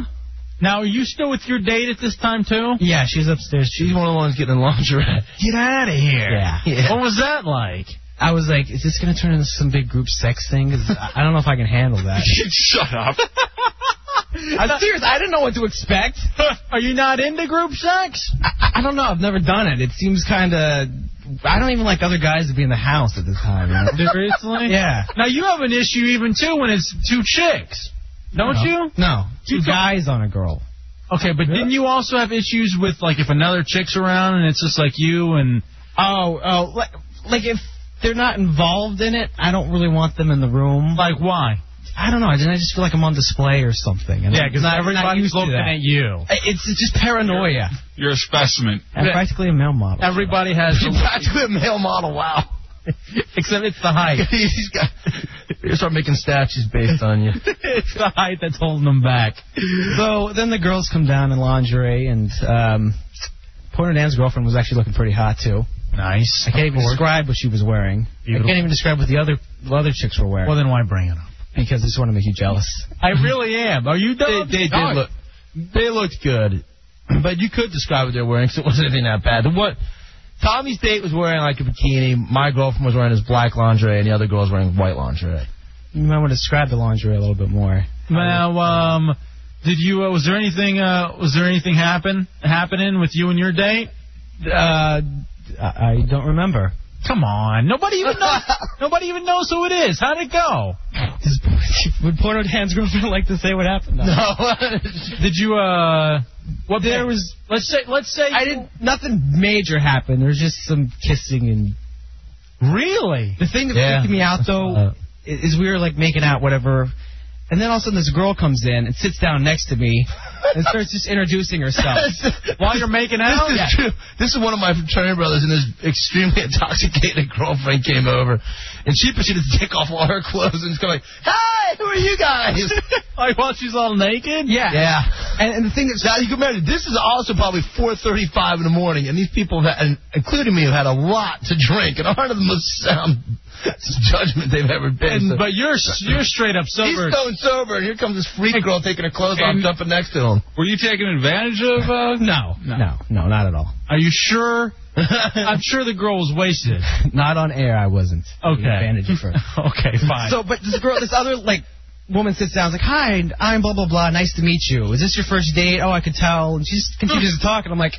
S4: Now, are you still with your date at this time too?
S17: Yeah, she's upstairs.
S15: She's one of the ones getting in lingerie.
S4: Get out of here.
S17: Yeah.
S4: What was that like?
S17: I was like, is this going to turn into some big group sex thing? 'Cause I I don't know if I can handle that.
S15: Shut up.
S17: I'm serious. I didn't know what to expect.
S4: Are you not into group sex?
S17: I, I don't know. I've never done it. It seems kind of. I don't even like other guys to be in the house at the time. You know?
S4: Seriously?
S17: Yeah.
S4: Now you have an issue even too when it's two chicks, don't
S17: No.
S4: you?
S17: No.
S4: Two
S17: guys on a girl.
S4: Okay, but didn't you also have issues with like if another chick's around and it's just like you and
S17: Oh, oh, like, like if they're not involved in it, I don't really want them in the room.
S4: Like why?
S17: I don't know. Didn't I just feel like I'm on display or something? And
S4: Yeah,
S17: I'm
S4: 'cause
S17: not- not
S4: everybody's
S17: used to
S4: looking
S17: that.
S4: at you.
S17: I- It's, it's just paranoia.
S5: You're a specimen.
S17: I'm practically a male model.
S4: Everybody has
S15: practically a male model. Wow.
S4: Except it's the height.
S15: He's got. You start making statues based on you.
S4: it's the height that's holding them back.
S17: So then the girls come down in lingerie, and um, Porter Dan's girlfriend was actually looking pretty hot too.
S4: Nice.
S17: I can't even describe what she was wearing. I
S4: Beautiful.
S17: can't even describe what the other the other chicks were wearing.
S4: Well, then why bring it up?
S17: Because I just want to make you jealous.
S4: I really am. Are you
S15: They,
S4: done?
S15: they did look. They looked good, but you could describe what they were wearing. 'cause it wasn't anything that bad. The What Tommy's date was wearing like a bikini. My girlfriend was wearing his black lingerie, and the other girl was wearing white lingerie.
S17: You might want to describe the lingerie a little bit more.
S4: Now, um, did you? Uh, was there anything? Uh, was there anything happen happening with you and your date?
S17: Uh, I I don't remember.
S4: Come on, nobody even knows. nobody even knows who it is. How'd it go?
S17: Would Porno Dan's girlfriend like to say what happened?
S4: Did you? Uh, what
S17: There was-
S4: Let's say. Let's say.
S17: I didn't. Nothing major happened. There was just some kissing and
S4: Really?
S17: The thing that
S4: Yeah.
S17: freaked me out though
S4: Uh.
S17: is we were like making out whatever, and then all of a sudden this girl comes in and sits down next to me and starts just introducing herself
S4: While you're making out.
S15: This is true. This is one of my fraternity brothers, and his extremely intoxicated girlfriend came over, and she proceeded to take off all her clothes and just go like, "Hey, who are you guys?"
S4: like while she's all naked.
S17: Yeah.
S15: yeah.
S17: And, and the thing that's
S15: Now you can imagine this is also probably 4:35 in the morning, and these people, have had, and including me, have had a lot to drink, and aren't of the most sound judgment they've ever been.
S4: And, but you're you're straight up
S15: so, he's
S4: sober.
S15: stone sober, and here comes this freak girl taking her clothes off,
S5: And-
S15: jumping next to him.
S5: Were you taking advantage of? Uh,
S17: no, no, no, not at all.
S4: Are you sure? I'm sure the girl was wasted.
S17: Not on air. I wasn't.
S4: Okay.
S17: Advantage first.
S4: okay, fine.
S17: So, but this girl, this other like woman sits down, is like, "Hi, I'm blah blah blah. Nice to meet you. Is this your first date? Oh, I could tell." And she just continues to talk, and I'm like,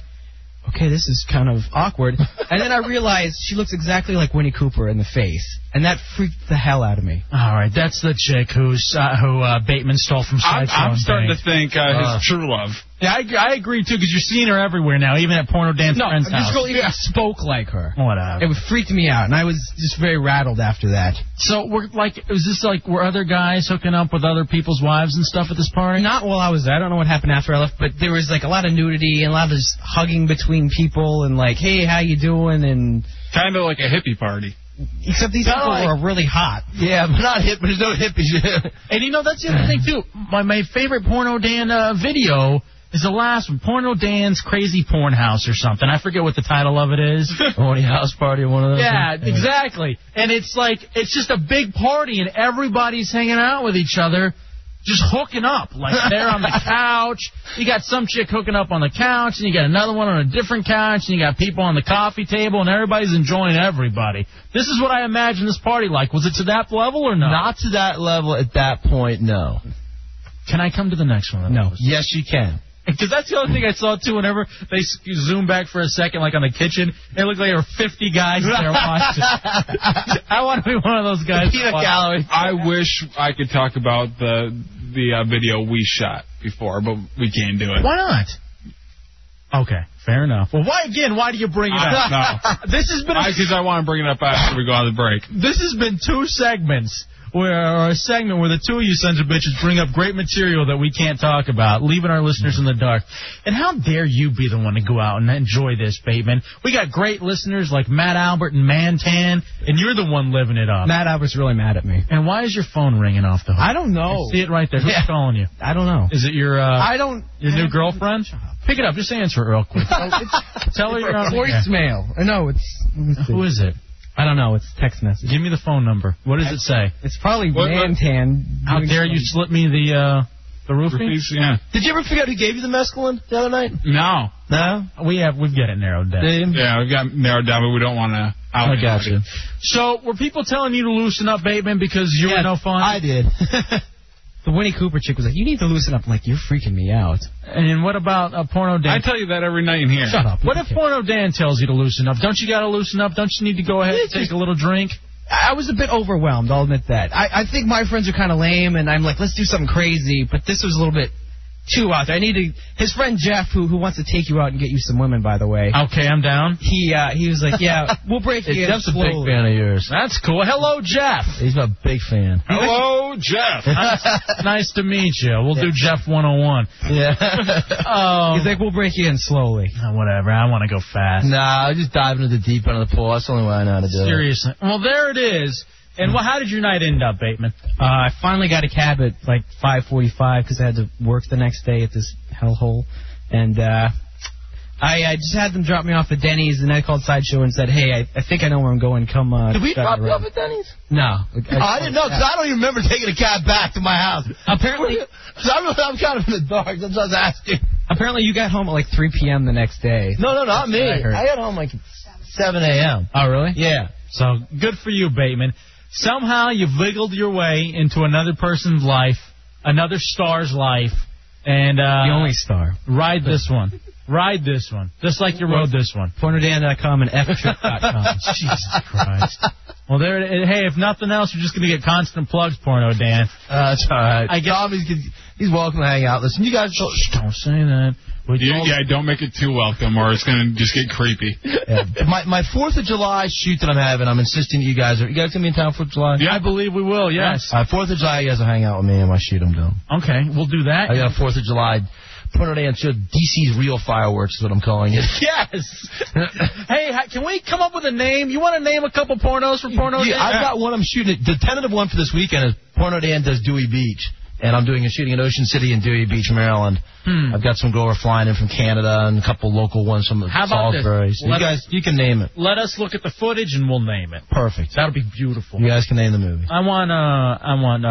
S17: "Okay, this is kind of awkward." And then I realize she looks exactly like Winnie Cooper in the face, and that freaked the hell out of me.
S4: all right, that's the chick who's uh, who uh, Bateman stole from
S5: I'm,
S4: Sideshow.
S5: I'm
S4: and
S5: starting
S4: Bang.
S5: to think uh, his
S4: Uh.
S5: true love.
S4: Yeah, I, I agree too, because you're seeing her everywhere now, even at porno dance
S17: No,
S4: friends'
S17: this
S4: house.
S17: girl even spoke like her.
S4: Whatever.
S17: It freaked me out, and I was just very rattled after that.
S4: So we're like, is this like were other guys hooking up with other people's wives and stuff at this party?
S17: Not while I was there. I don't know what happened after I left, but there was like a lot of nudity and a lot of just hugging between people and like, hey, how you doing? And
S5: Kind of like a hippie party.
S17: except these people
S15: like-
S17: were really hot.
S15: Yeah, but not hip. There's no hippies.
S4: And you know that's the other thing too. My my favorite porno Dan uh, video is the last one, Porno Dan's Crazy Porn House or something. I forget what the title of it is.
S15: Only house party or one of those.
S4: Yeah,
S15: things?
S4: exactly. And it's like it's just a big party and everybody's hanging out with each other. just hooking up. Like they're on the couch. You got some chick hooking up on the couch, and you got another one on a different couch, and you got people on the coffee table, and everybody's enjoying everybody. This is what I imagine this party like. Was it to that level or not?
S15: Not to that level at that point, no.
S4: Can I come to the next one? No.
S15: Yes, you can.
S4: Because that's the other thing I saw too. Whenever they s- zoom back for a second, like on the kitchen, it looked like there were 50 guys there watching. I want to be one of those guys. that watch-
S5: I wish I could talk about the the uh, video we shot before, but we can't do it.
S4: Why not? Okay, fair enough. Well, why again? Why do you bring it up?
S5: I
S4: don't know. This has been a
S5: Because I, want to bring it up after we go on the break.
S4: this has been two segments where or a segment where the two of you sons of bitches bring up great material that we can't talk about, leaving our listeners in the dark. And how dare you be the one to go out and enjoy this, Bateman? We got great listeners like Matt Albert and Mantan, and you're the one living it up.
S17: Matt Albert's really mad at me.
S4: And why is your phone ringing off the hook? I
S17: don't know.
S4: see it right there. Who's calling you?
S17: I don't know.
S4: Is it your uh,
S17: I don't.
S4: your new girlfriend? Pick it up. Just answer it real quick. Tell her you're on the air.
S17: voicemail. Uh, No, it's.
S4: Who is it?
S17: I don't know. It's text message.
S4: Give me the phone number. What does it say?
S17: It's probably
S4: What- what-
S17: Mantan.
S4: How
S17: doing
S4: dare you
S17: something.
S4: slip me the uh, the roofie?
S5: Roofies, yeah.
S15: Did you ever figure out who gave you the mescaline the other night?
S5: No.
S15: No.
S4: We have we've got it narrowed down.
S5: Yeah, we got narrowed down, but we don't want to.
S4: I got you. So were people telling you to loosen up, Bateman, because you were no fun? I
S15: did.
S17: The Winnie Cooper chick was like, "You need to loosen up." I'm like, "You're freaking me out."
S4: and what about uh, porno
S5: I
S4: Dan?
S5: tell you that every night in here.
S4: Shut up. What if porno Dan tells you to loosen up? Don't you got to loosen up? Don't you need to go ahead and take a little drink?
S17: I was a bit overwhelmed. I'll admit that. I, I think my friends are kind of lame, and I'm like, let's do something crazy. But this was a little bit too out there. I need to. His friend Jeff, who who wants to take you out and get you some women, by the way.
S4: Okay, I'm down.
S17: He uh, he was like, yeah, we'll break
S15: Hey,
S17: you.
S15: Jeff's a big
S17: slowly.
S15: fan of yours.
S4: That's cool. Hello, Jeff.
S15: He's a big fan.
S5: Hello, Jeff.
S4: nice, nice to meet you. We'll do Jeff 101.
S15: Yeah.
S4: Oh,
S17: He's like, we'll break you in slowly.
S4: Ah, whatever. I want to go fast.
S15: nah, I'm just diving into the deep end of the pool. That's the only way I know how to do
S4: Seriously. Well, there it is. And well, how did your night end up, Bateman?
S17: Uh, I finally got a cab at like 5:45 because I had to work the next day at this hellhole, and uh, I, I just had them drop me off at Denny's, and I called Sideshow and said, "Hey, I, I think I know where I'm going. Come uh,
S15: it. Did we
S17: drive
S15: drop
S17: me
S15: you
S17: around."
S15: off at Denny's?
S17: No,
S15: Oh, I didn't know because I don't even remember taking a cab back to my house.
S17: Apparently-
S15: so I'm, I'm kind of in the dark. That's what I was asking.
S17: Apparently, you got home at like 3 p.m. the next day.
S15: No, no, not me.
S17: what I heard.
S15: I got home like 7 a.m.
S17: Oh, really?
S15: Yeah.
S4: So good for you, Bateman. Somehow you wiggled your way into another person's life, another star's life, and uh,
S17: The only star.
S4: ride this one. Ride this one, just like you rode this one.
S17: Pornodan.com and ftrip.com.
S4: Jesus Christ. Well, there. It, hey, if nothing else, you're just gonna get constant plugs, porno Dan.
S15: Uh, that's all right.
S4: I guess-
S15: Tommy's good- he's welcome to hang out. Listen, you guys.
S4: Don't say that. We
S5: You,
S4: told-
S5: yeah, don't make it too welcome, or it's gonna just get creepy.
S15: Yeah. My my Fourth of July shoot that I'm having, I'm insisting you guys are. You guys gonna be in town Fourth of July?
S4: I believe we will. Yes.
S15: Uh, Fourth of July, you guys will hang out with me and my shoot I'm doing.
S4: Okay, we'll do that.
S15: I got a Fourth of July. Put it in show. DC's real fireworks is what I'm calling it.
S4: Yes. hey, ha- can we come up with a name? You want to name a couple pornos for porno?
S15: yeah,
S4: Dan?
S15: I've got one I'm shooting. At, the tentative one for this weekend is Porno Dan does Dewey Beach, and I'm doing a shooting in Ocean City and Dewey Beach, Maryland.
S4: Hmm.
S15: I've got some girl flying in from Canada and a couple local ones from
S4: How about this?
S15: Salisbury. So you
S4: Let-
S15: guys, you can name it.
S4: Let us look at the footage and we'll name it.
S15: Perfect.
S4: That'll be beautiful.
S15: You guys can name the movie.
S4: I want uh I want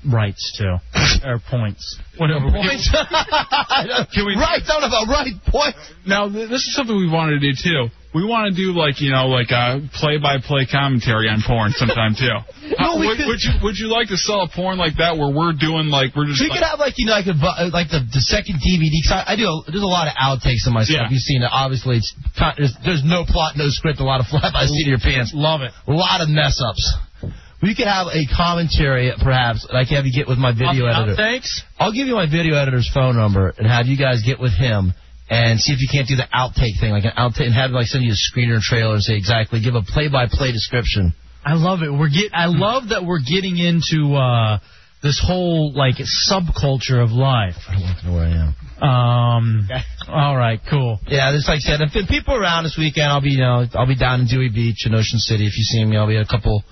S4: uh, rights too or points whatever.
S15: Points.
S5: Can we-
S15: right, don't about right point.
S5: Now, th- this is something we wanted to do too. We want to do like you know, like a play-by-play commentary on porn sometime too. How-
S15: we
S5: would,
S15: could-
S5: would you would you like to sell a porn like that where we're doing like we're just
S15: We
S5: like,
S15: could have like you know like, a, bu- like the the second DVD because I, I do a, there's a lot of outtakes in my
S5: Yeah.
S15: stuff. You've seen it. Obviously, it's con- there's, there's no plot, no script, a lot of fly by the seat of your pants.
S4: Love it.
S15: a lot of mess ups. We could have a commentary, perhaps, that I can have you get with my video
S4: Out-
S15: editor.
S4: Outtakes.
S15: I'll give you my video editor's phone number and have you guys get with him and see if you can't do the outtake thing, like an outtake, and have like send you a screener and trailer and say exactly, give a play-by-play description.
S4: I love it. We're get I love that we're getting into uh this whole like subculture of life.
S15: I don't want to know where I am.
S4: Um. All right. Cool.
S15: Yeah, just like I said, if the people are around this weekend, I'll be, you know, I'll be down in Dewey Beach in Ocean City. If you see me, I'll be at a couple,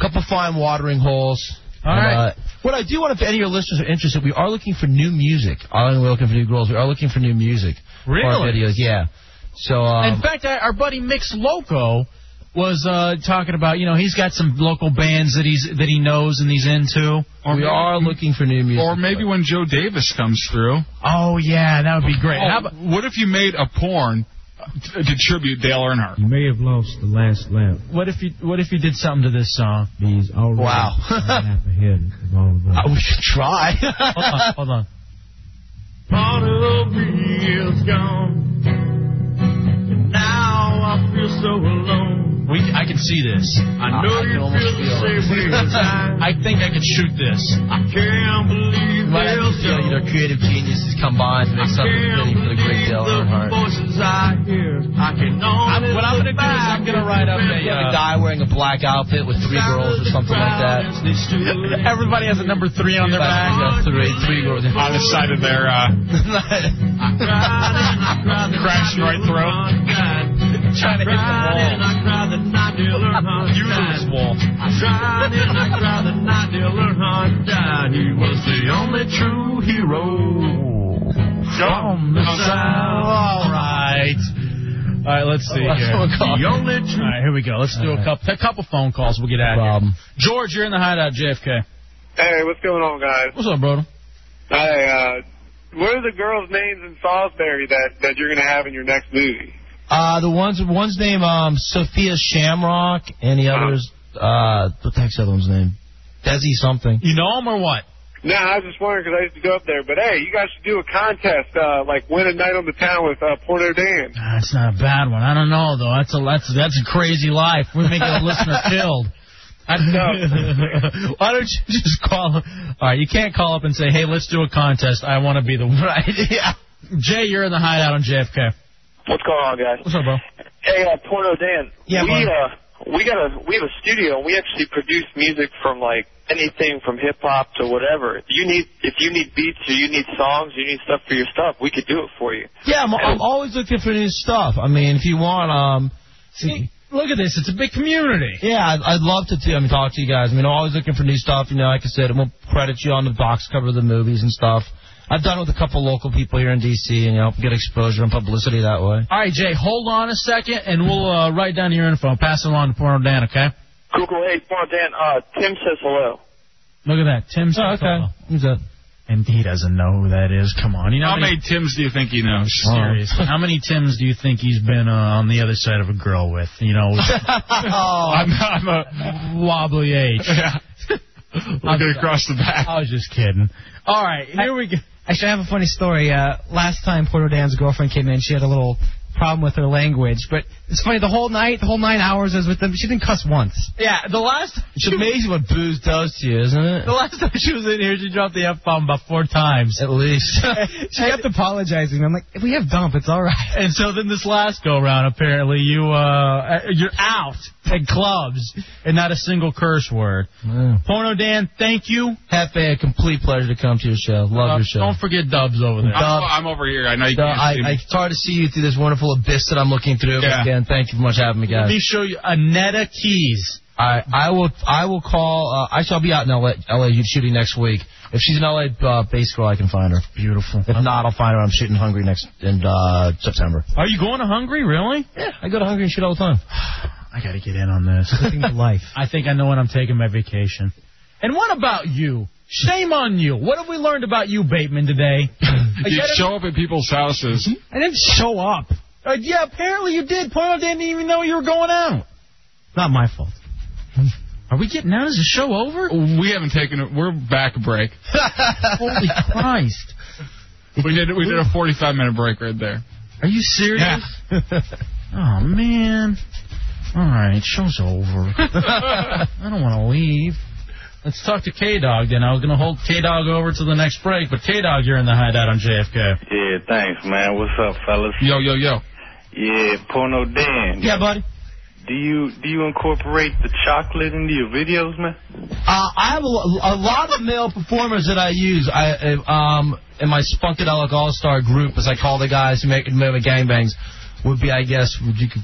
S15: couple fine watering holes.
S4: All
S15: And,
S4: right.
S15: uh, what I do want, if any of your listeners are interested, we are looking for new music. I don't know, we're looking for new girls. We are looking for new music. for our
S4: Really?
S15: videos, yeah. So, um,
S4: In fact, I, our buddy Mix Loco was uh, talking about, you know, he's got some local bands that he's that he knows and he's into.
S5: We are
S23: looking for new music.
S5: Or maybe when Joe Davis comes through.
S4: Oh yeah, that would be great.
S5: Oh, what if you made a porn to, to tribute Dale Earnhardt?
S24: You may have lost the last lap.
S4: What if you What if you did something to this song?
S24: He's already
S4: Wow.
S24: a lap ahead of all of us.
S4: Oh, we should try. hold on, hold on.
S15: Part of me is gone. And now I feel so alone.
S4: We, I can see this. I
S15: know
S4: I
S15: you
S4: can almost
S15: feel the same way as I.
S4: I think I could shoot this.
S15: I can't believe
S23: Right, you
S15: there's
S23: know, you know, creative geniuses combined to make something fitting for the great Dale Earnhardt.
S15: voices I hear. I can only
S23: I'm- what I'm
S15: look
S23: gonna do is I'm
S15: back
S23: gonna write up a,
S15: and
S23: uh, guy wearing a black outfit with three girls or something like that.
S5: Uh-huh.
S4: Everybody has a number three on their
S23: back. Three, three girls
S5: on the side of their uh, crashing right throat.
S15: Trying to hit the wall. Use this
S5: wall.
S15: I tried and I cried the night Dale Earnhardt died. He was the only true hero. From the South.
S4: All right. All right, let's see here.
S15: Oh, God.
S4: All right, here we go. Let's do a couple a couple phone calls. We'll get out of here. George, you're in the
S5: uh,
S4: uh, hideout, JFK.
S7: Hey, what's going on, guys?
S4: What's up, brother?
S7: Hey, uh, what are the girls' names in Salisbury that that you're gonna have in your next movie?
S23: Uh, the one's one's name um Sophia Shamrock and the others uh what the heck's the other one's name? Desi something.
S4: You know him or what?
S7: No, I was just wondering because I used to go up there. But hey, you guys should do a contest, uh, like win a night on the town with uh, Porto Dan.
S4: That's not a bad one. I don't know though. That's a that's that's a crazy life. We're making a listener killed. I know. Why don't you just call? All right, you can't call up and say, "Hey, let's do a contest. I want to be the one." Right? Yeah. Jay, you're in the hideout on JFK.
S6: What's going on, guys?
S4: What's up, bro?
S6: Hey, uh, Porno Dan.
S4: Yeah,
S6: we
S4: bud.
S6: uh, we got a we have a studio and we actually produce music from like anything from hip hop to whatever. You need if you need beats or you need songs, you need stuff for your stuff. We could do it for you.
S23: Yeah, I'm, I'm always looking for new stuff. I mean, if you want, um,
S4: see, look at this. It's a big community.
S23: Yeah, I'd, I'd love to. T- I mean, talk to you guys. I mean, I'm always looking for new stuff. You know, like I said, we'll credit you on the box cover of the movies and stuff. I've done it with a couple local people here in D.C. and you know get exposure and publicity that way.
S4: All right, Jay, hold on a second, and we'll uh, write down your info. and Pass it along to Porno Dan, okay?
S6: Cool, cool. Hey, Porno Dan. Uh, Tim says hello.
S4: Look at that. Tim's oh, okay. Who's that? And he doesn't know who that is. Come on. You know
S5: How
S4: how many- Oh,
S5: many Tims do you think he knows?
S4: Seriously, how many Tims do you think he's been uh, on the other side of a girl with? You know, with
S5: I'm, I'm a
S4: wobbly H.
S5: Oh. Yeah. Looking across the back.
S4: I was just kidding. All right,
S25: here
S4: we go.
S25: Actually, I have a funny story. Uh, last time Porto Dan's girlfriend came in, she had a little problem with her language. But it's funny, the whole night, the whole nine hours I was with them, she didn't cuss once.
S4: Yeah, the last.
S23: It's amazing what booze does to you, isn't it?
S4: The last time she was in here, she dropped the F bomb about four times.
S23: At least.
S25: she kept apologizing. I'm like, if we have dump, it's all right.
S4: And so then this last go round, apparently you uh you're out at clubs and not a single curse word. Porno Dan, thank you.
S23: Hefe, a complete pleasure to come to your show. Love your show.
S4: Don't forget Dubs over there.
S5: I'm, I'm over here. I know you
S23: No,
S5: can't
S23: I,
S5: see me.
S23: I, it's hard to see you through this wonderful abyss that I'm looking through. But
S5: Yeah.
S23: Again, thank you for much having me,
S4: Let me
S23: guys.
S4: show you Anetta Keys.
S23: I, I will I will call. Uh, I shall be out in LA, LA youth shooting next week. If she's an LA uh, base girl, I can find her.
S4: Beautiful.
S23: If not, I'll find her. I'm shooting Hungry next in uh, September.
S4: Are you going to Hungry? Really?
S23: Yeah, I go to Hungry and shoot all the time.
S4: I got to get in on this.
S23: life.
S4: I think I know when I'm taking my vacation. And what about you? Shame on you. What have we learned about you, Bateman, today? I
S5: You
S4: get it.
S5: show up at people's houses.
S4: I didn't show up. Uh, yeah, apparently you did. Porno didn't even know you were going out.
S23: Not my fault.
S4: Are we getting out? Is the show over?
S5: We haven't taken it. We're back a break.
S4: Oh, Holy Christ.
S5: We did we did a 45 minute break right there.
S4: Are you serious? oh, man. All right, show's over. I don't want to leave. Let's talk to K Dog then. I was going to hold K Dog over to the next break, but K Dog, you're in the hideout on JFK.
S9: Yeah, thanks, man. What's up, fellas?
S5: Yo, yo, yo.
S9: Yeah, Porno Dan.
S23: Yeah, buddy.
S9: Do you do you incorporate the chocolate into your videos, man?
S23: Uh, I have a, lo- a lot of male performers that I use. I I, um in my Spunkadelic All Star group, as I call the guys who make, who make gangbangs, would be I guess would you could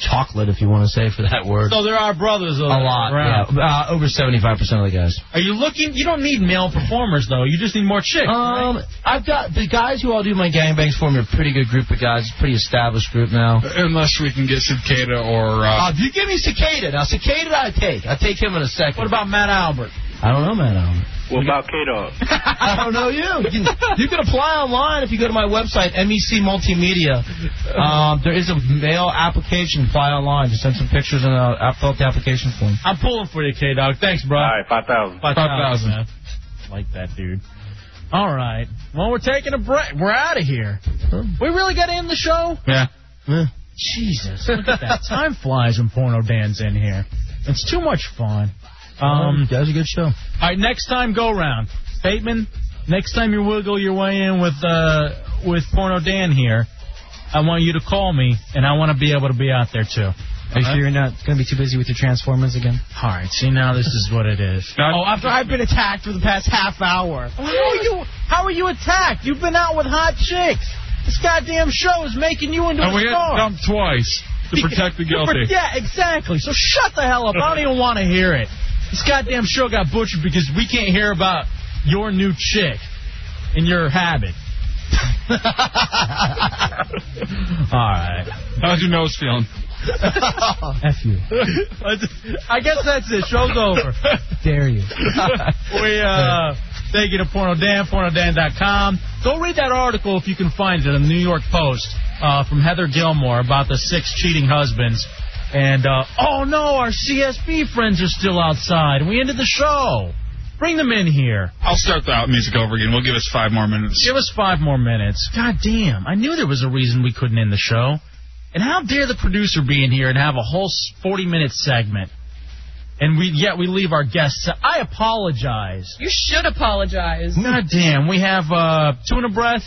S15: chocolate, if you want to say for that word.
S4: So there are brothers
S15: a lot,
S4: around.
S15: yeah. Uh, over 75% of the guys.
S4: Are you looking? You don't need male performers though. You just need more chicks.
S15: Um, I've got the guys who all do my gangbangs for me. Are a pretty good group of guys. It's a pretty established group now.
S5: Unless we can get Cicada or. Uh,
S15: Uh, if you give me Cicada now, Cicada I take. I take him in a second. What
S4: about Matt Albert?
S15: I don't know Matt Albert.
S26: What about K Dog?
S15: I don't know you. You can, you can apply online if you go to my website, MEC Multimedia. Um, there is a mail application. Apply online. Just send some pictures and uh, I fill out the application form.
S4: I'm pulling for you, K Dog. Thanks, bro. All right,
S26: five thousand.
S4: Five thousand.
S15: 5,000.
S4: man. Like that, dude. All right. Well, we're taking a break. We're out of here. We really got to end the show.
S5: Yeah.
S4: Jesus, look at that. Time flies when Porno Dan's in here. It's too much fun. Um,
S15: that was a good show. All
S4: right, next time go round. Bateman, next time you wiggle your way in with uh, with Porno Dan here, I want you to call me, and I want to be able to be out there too.
S17: Are you sure you're not going to be too busy with your Transformers again?
S4: All right. See now, this is what it is.
S17: Oh, after I've been attacked for the past half hour.
S4: How are you? How are you attacked? You've been out with hot chicks. This goddamn show is making you into
S5: and
S4: a
S5: we got
S4: star.
S5: dumped twice to protect the guilty.
S4: Yeah, exactly. So shut the hell up. I don't even want to hear it. This goddamn show got butchered because we can't hear about your new chick and your habit. All right.
S5: How's your nose feeling?
S4: F you. I guess that's it. Show's over.
S17: Dare you.
S4: we uh, thank you to Porno Dan, pornodan.com. Go read that article if you can find it in the New York Post uh, from Heather Gilmore about the six cheating husbands. And uh, oh no, our CSB friends are still outside. We ended the show. Bring them in here.
S5: I'll start the out music over again. We'll give us five more minutes.
S4: Give us five more minutes. God damn, I knew there was a reason we couldn't end the show. And how dare the producer be in here and have a whole s- 40 minute segment? And we yet we leave our guests. I apologize.
S1: You should apologize.
S4: God damn, we have uh, Tuna Breath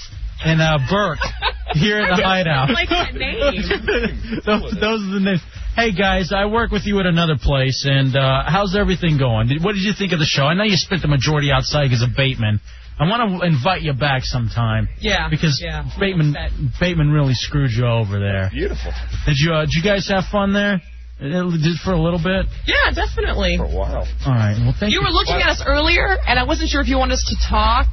S4: and uh, Burke here in the hideout.
S1: like that name.
S4: those, those are the names. Hey guys, I work with you at another place, and uh, how's everything going? Did, what did you think of the show? I know you spent the majority outside because of Bateman. I want to invite you back sometime.
S1: Yeah,
S4: Because
S1: yeah, I'm
S4: Bateman
S1: upset.
S4: Bateman really screwed you over there.
S1: Beautiful.
S4: Did you uh, Did you guys have fun there? Uh, Did for a little bit.
S1: Yeah, definitely.
S4: a while. All right. Well, thank you.
S1: You were looking at us earlier, and I wasn't sure if you wanted us to talk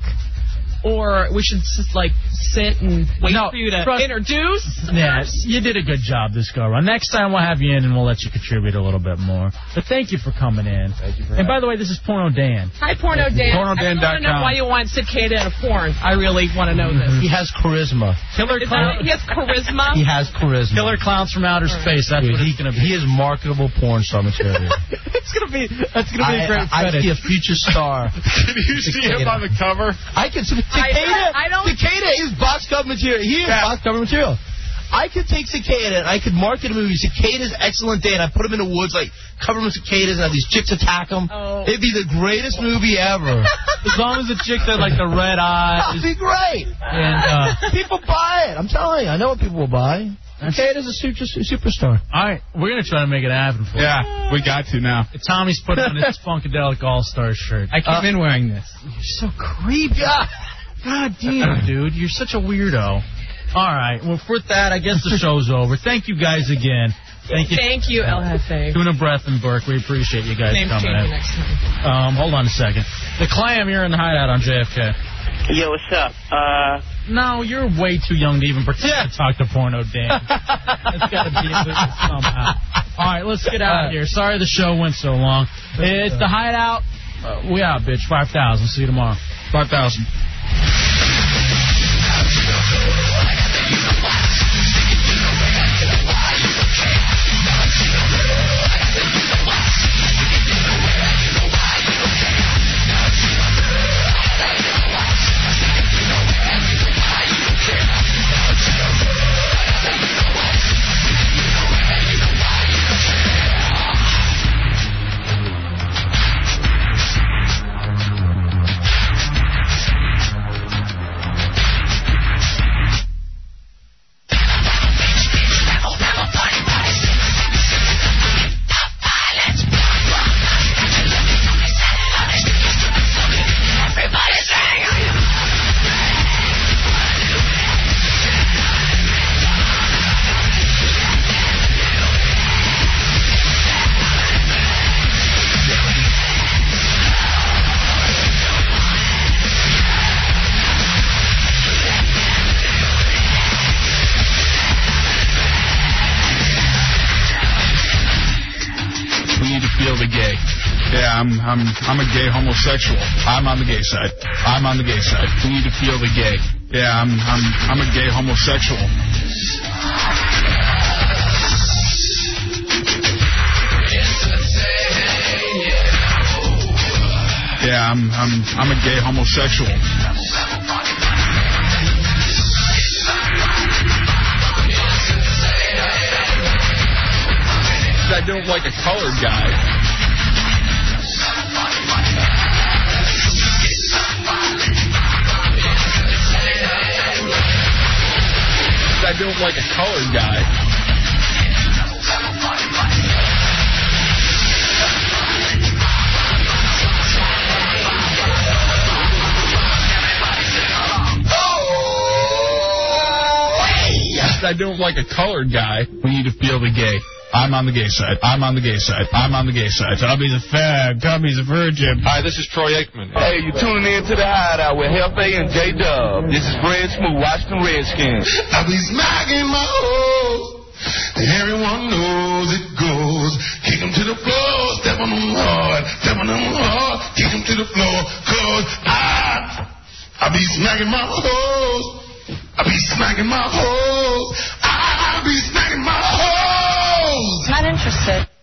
S1: or we should just like sit and wait
S4: No,
S1: for you to
S4: trust-
S1: introduce.
S4: Yes, you did a good job this go around. Next time we'll have you in and we'll let you contribute a little bit more. But thank you for coming in. Thank you. For and by the way, this is Porno Dan.
S1: Hi, Porno Dan. I want to know
S4: PornoDan.com.
S1: why you want cicada in a porn. I really want to know this.
S15: He has charisma.
S4: Mm-hmm. Killer
S1: Is that,
S4: clown.
S1: he has charisma.
S15: He has charisma.
S4: Killer clowns from outer space. That's
S15: Dude,
S4: what
S15: he,
S4: it's gonna be.
S15: he is marketable porn star material.
S4: It's gonna be. That's gonna be
S15: I,
S4: a great
S15: I, I
S4: fetish.
S15: see a future star.
S5: Can you see him on the cover?
S15: I can. Cicada,
S1: I- I don't-
S15: Cicada is box cover material. He is box cover material. I could take Cicada and I could market a movie. Cicada's excellent day, and I put him in the woods, like cover him with cicadas, and have these chicks attack him.
S1: Oh.
S15: It'd be the greatest movie ever.
S4: as long as the chick had like the
S15: That'd
S4: red eyes.
S15: be great.
S4: And, uh,
S15: people buy it. I'm telling you. I know what people will buy. Cicada's a super superstar.
S4: All right, we're gonna try to make it happen for you.
S5: Yeah, we got to now.
S4: Tommy's putting on his Funkadelic All Star shirt.
S17: I
S4: Uh,
S17: came in wearing this.
S4: You're so creepy. Ah, God damn, dude. You're such a weirdo. All right. Well, with that, I guess the show's over. Thank you guys again. Thank you.
S1: Thank you, El Jefe.
S4: Tuna Breath and Burke. We appreciate you guys
S1: Name
S4: coming
S1: change
S4: in.
S1: next time.
S4: Um, hold on a second. The clam, you're in the hideout on JFK.
S26: Yo, what's up? Uh,
S4: No, you're way too young to even pretend to talk to Porno Dan. That's got to be it somehow. All right, let's get out of here. Sorry the show went so long. It's the hideout. Uh, we out, bitch. 5,000. See you tomorrow.
S5: 5,000.
S18: Thank
S5: I'm I'm a gay homosexual. I'm on the gay side. I'm on the gay side. We need to feel the gay. Yeah, I'm I'm I'm a gay homosexual. Yeah, I'm I'm I'm a gay homosexual. I don't like a colored guy. I don't like a colored guy. I don't like a colored guy. We need to feel the gay. I'm on the gay side. I'm on the gay side. I'm on the gay side. Tommy's a fag. Tommy's a virgin.
S3: Hi, this is Troy Aikman.
S7: Hey, you tuning in to the hideout with Hefe and J Dub. This is Fred Smooth, Washington Redskins.
S18: I be smacking my hoes. Everyone knows it goes. Kick 'em to the floor, step on them hard, step on them hard, kick 'em to the floor, cause I, I be smacking my hoes. I be smacking my hoes. I be smacking my hoes.
S2: Not interested.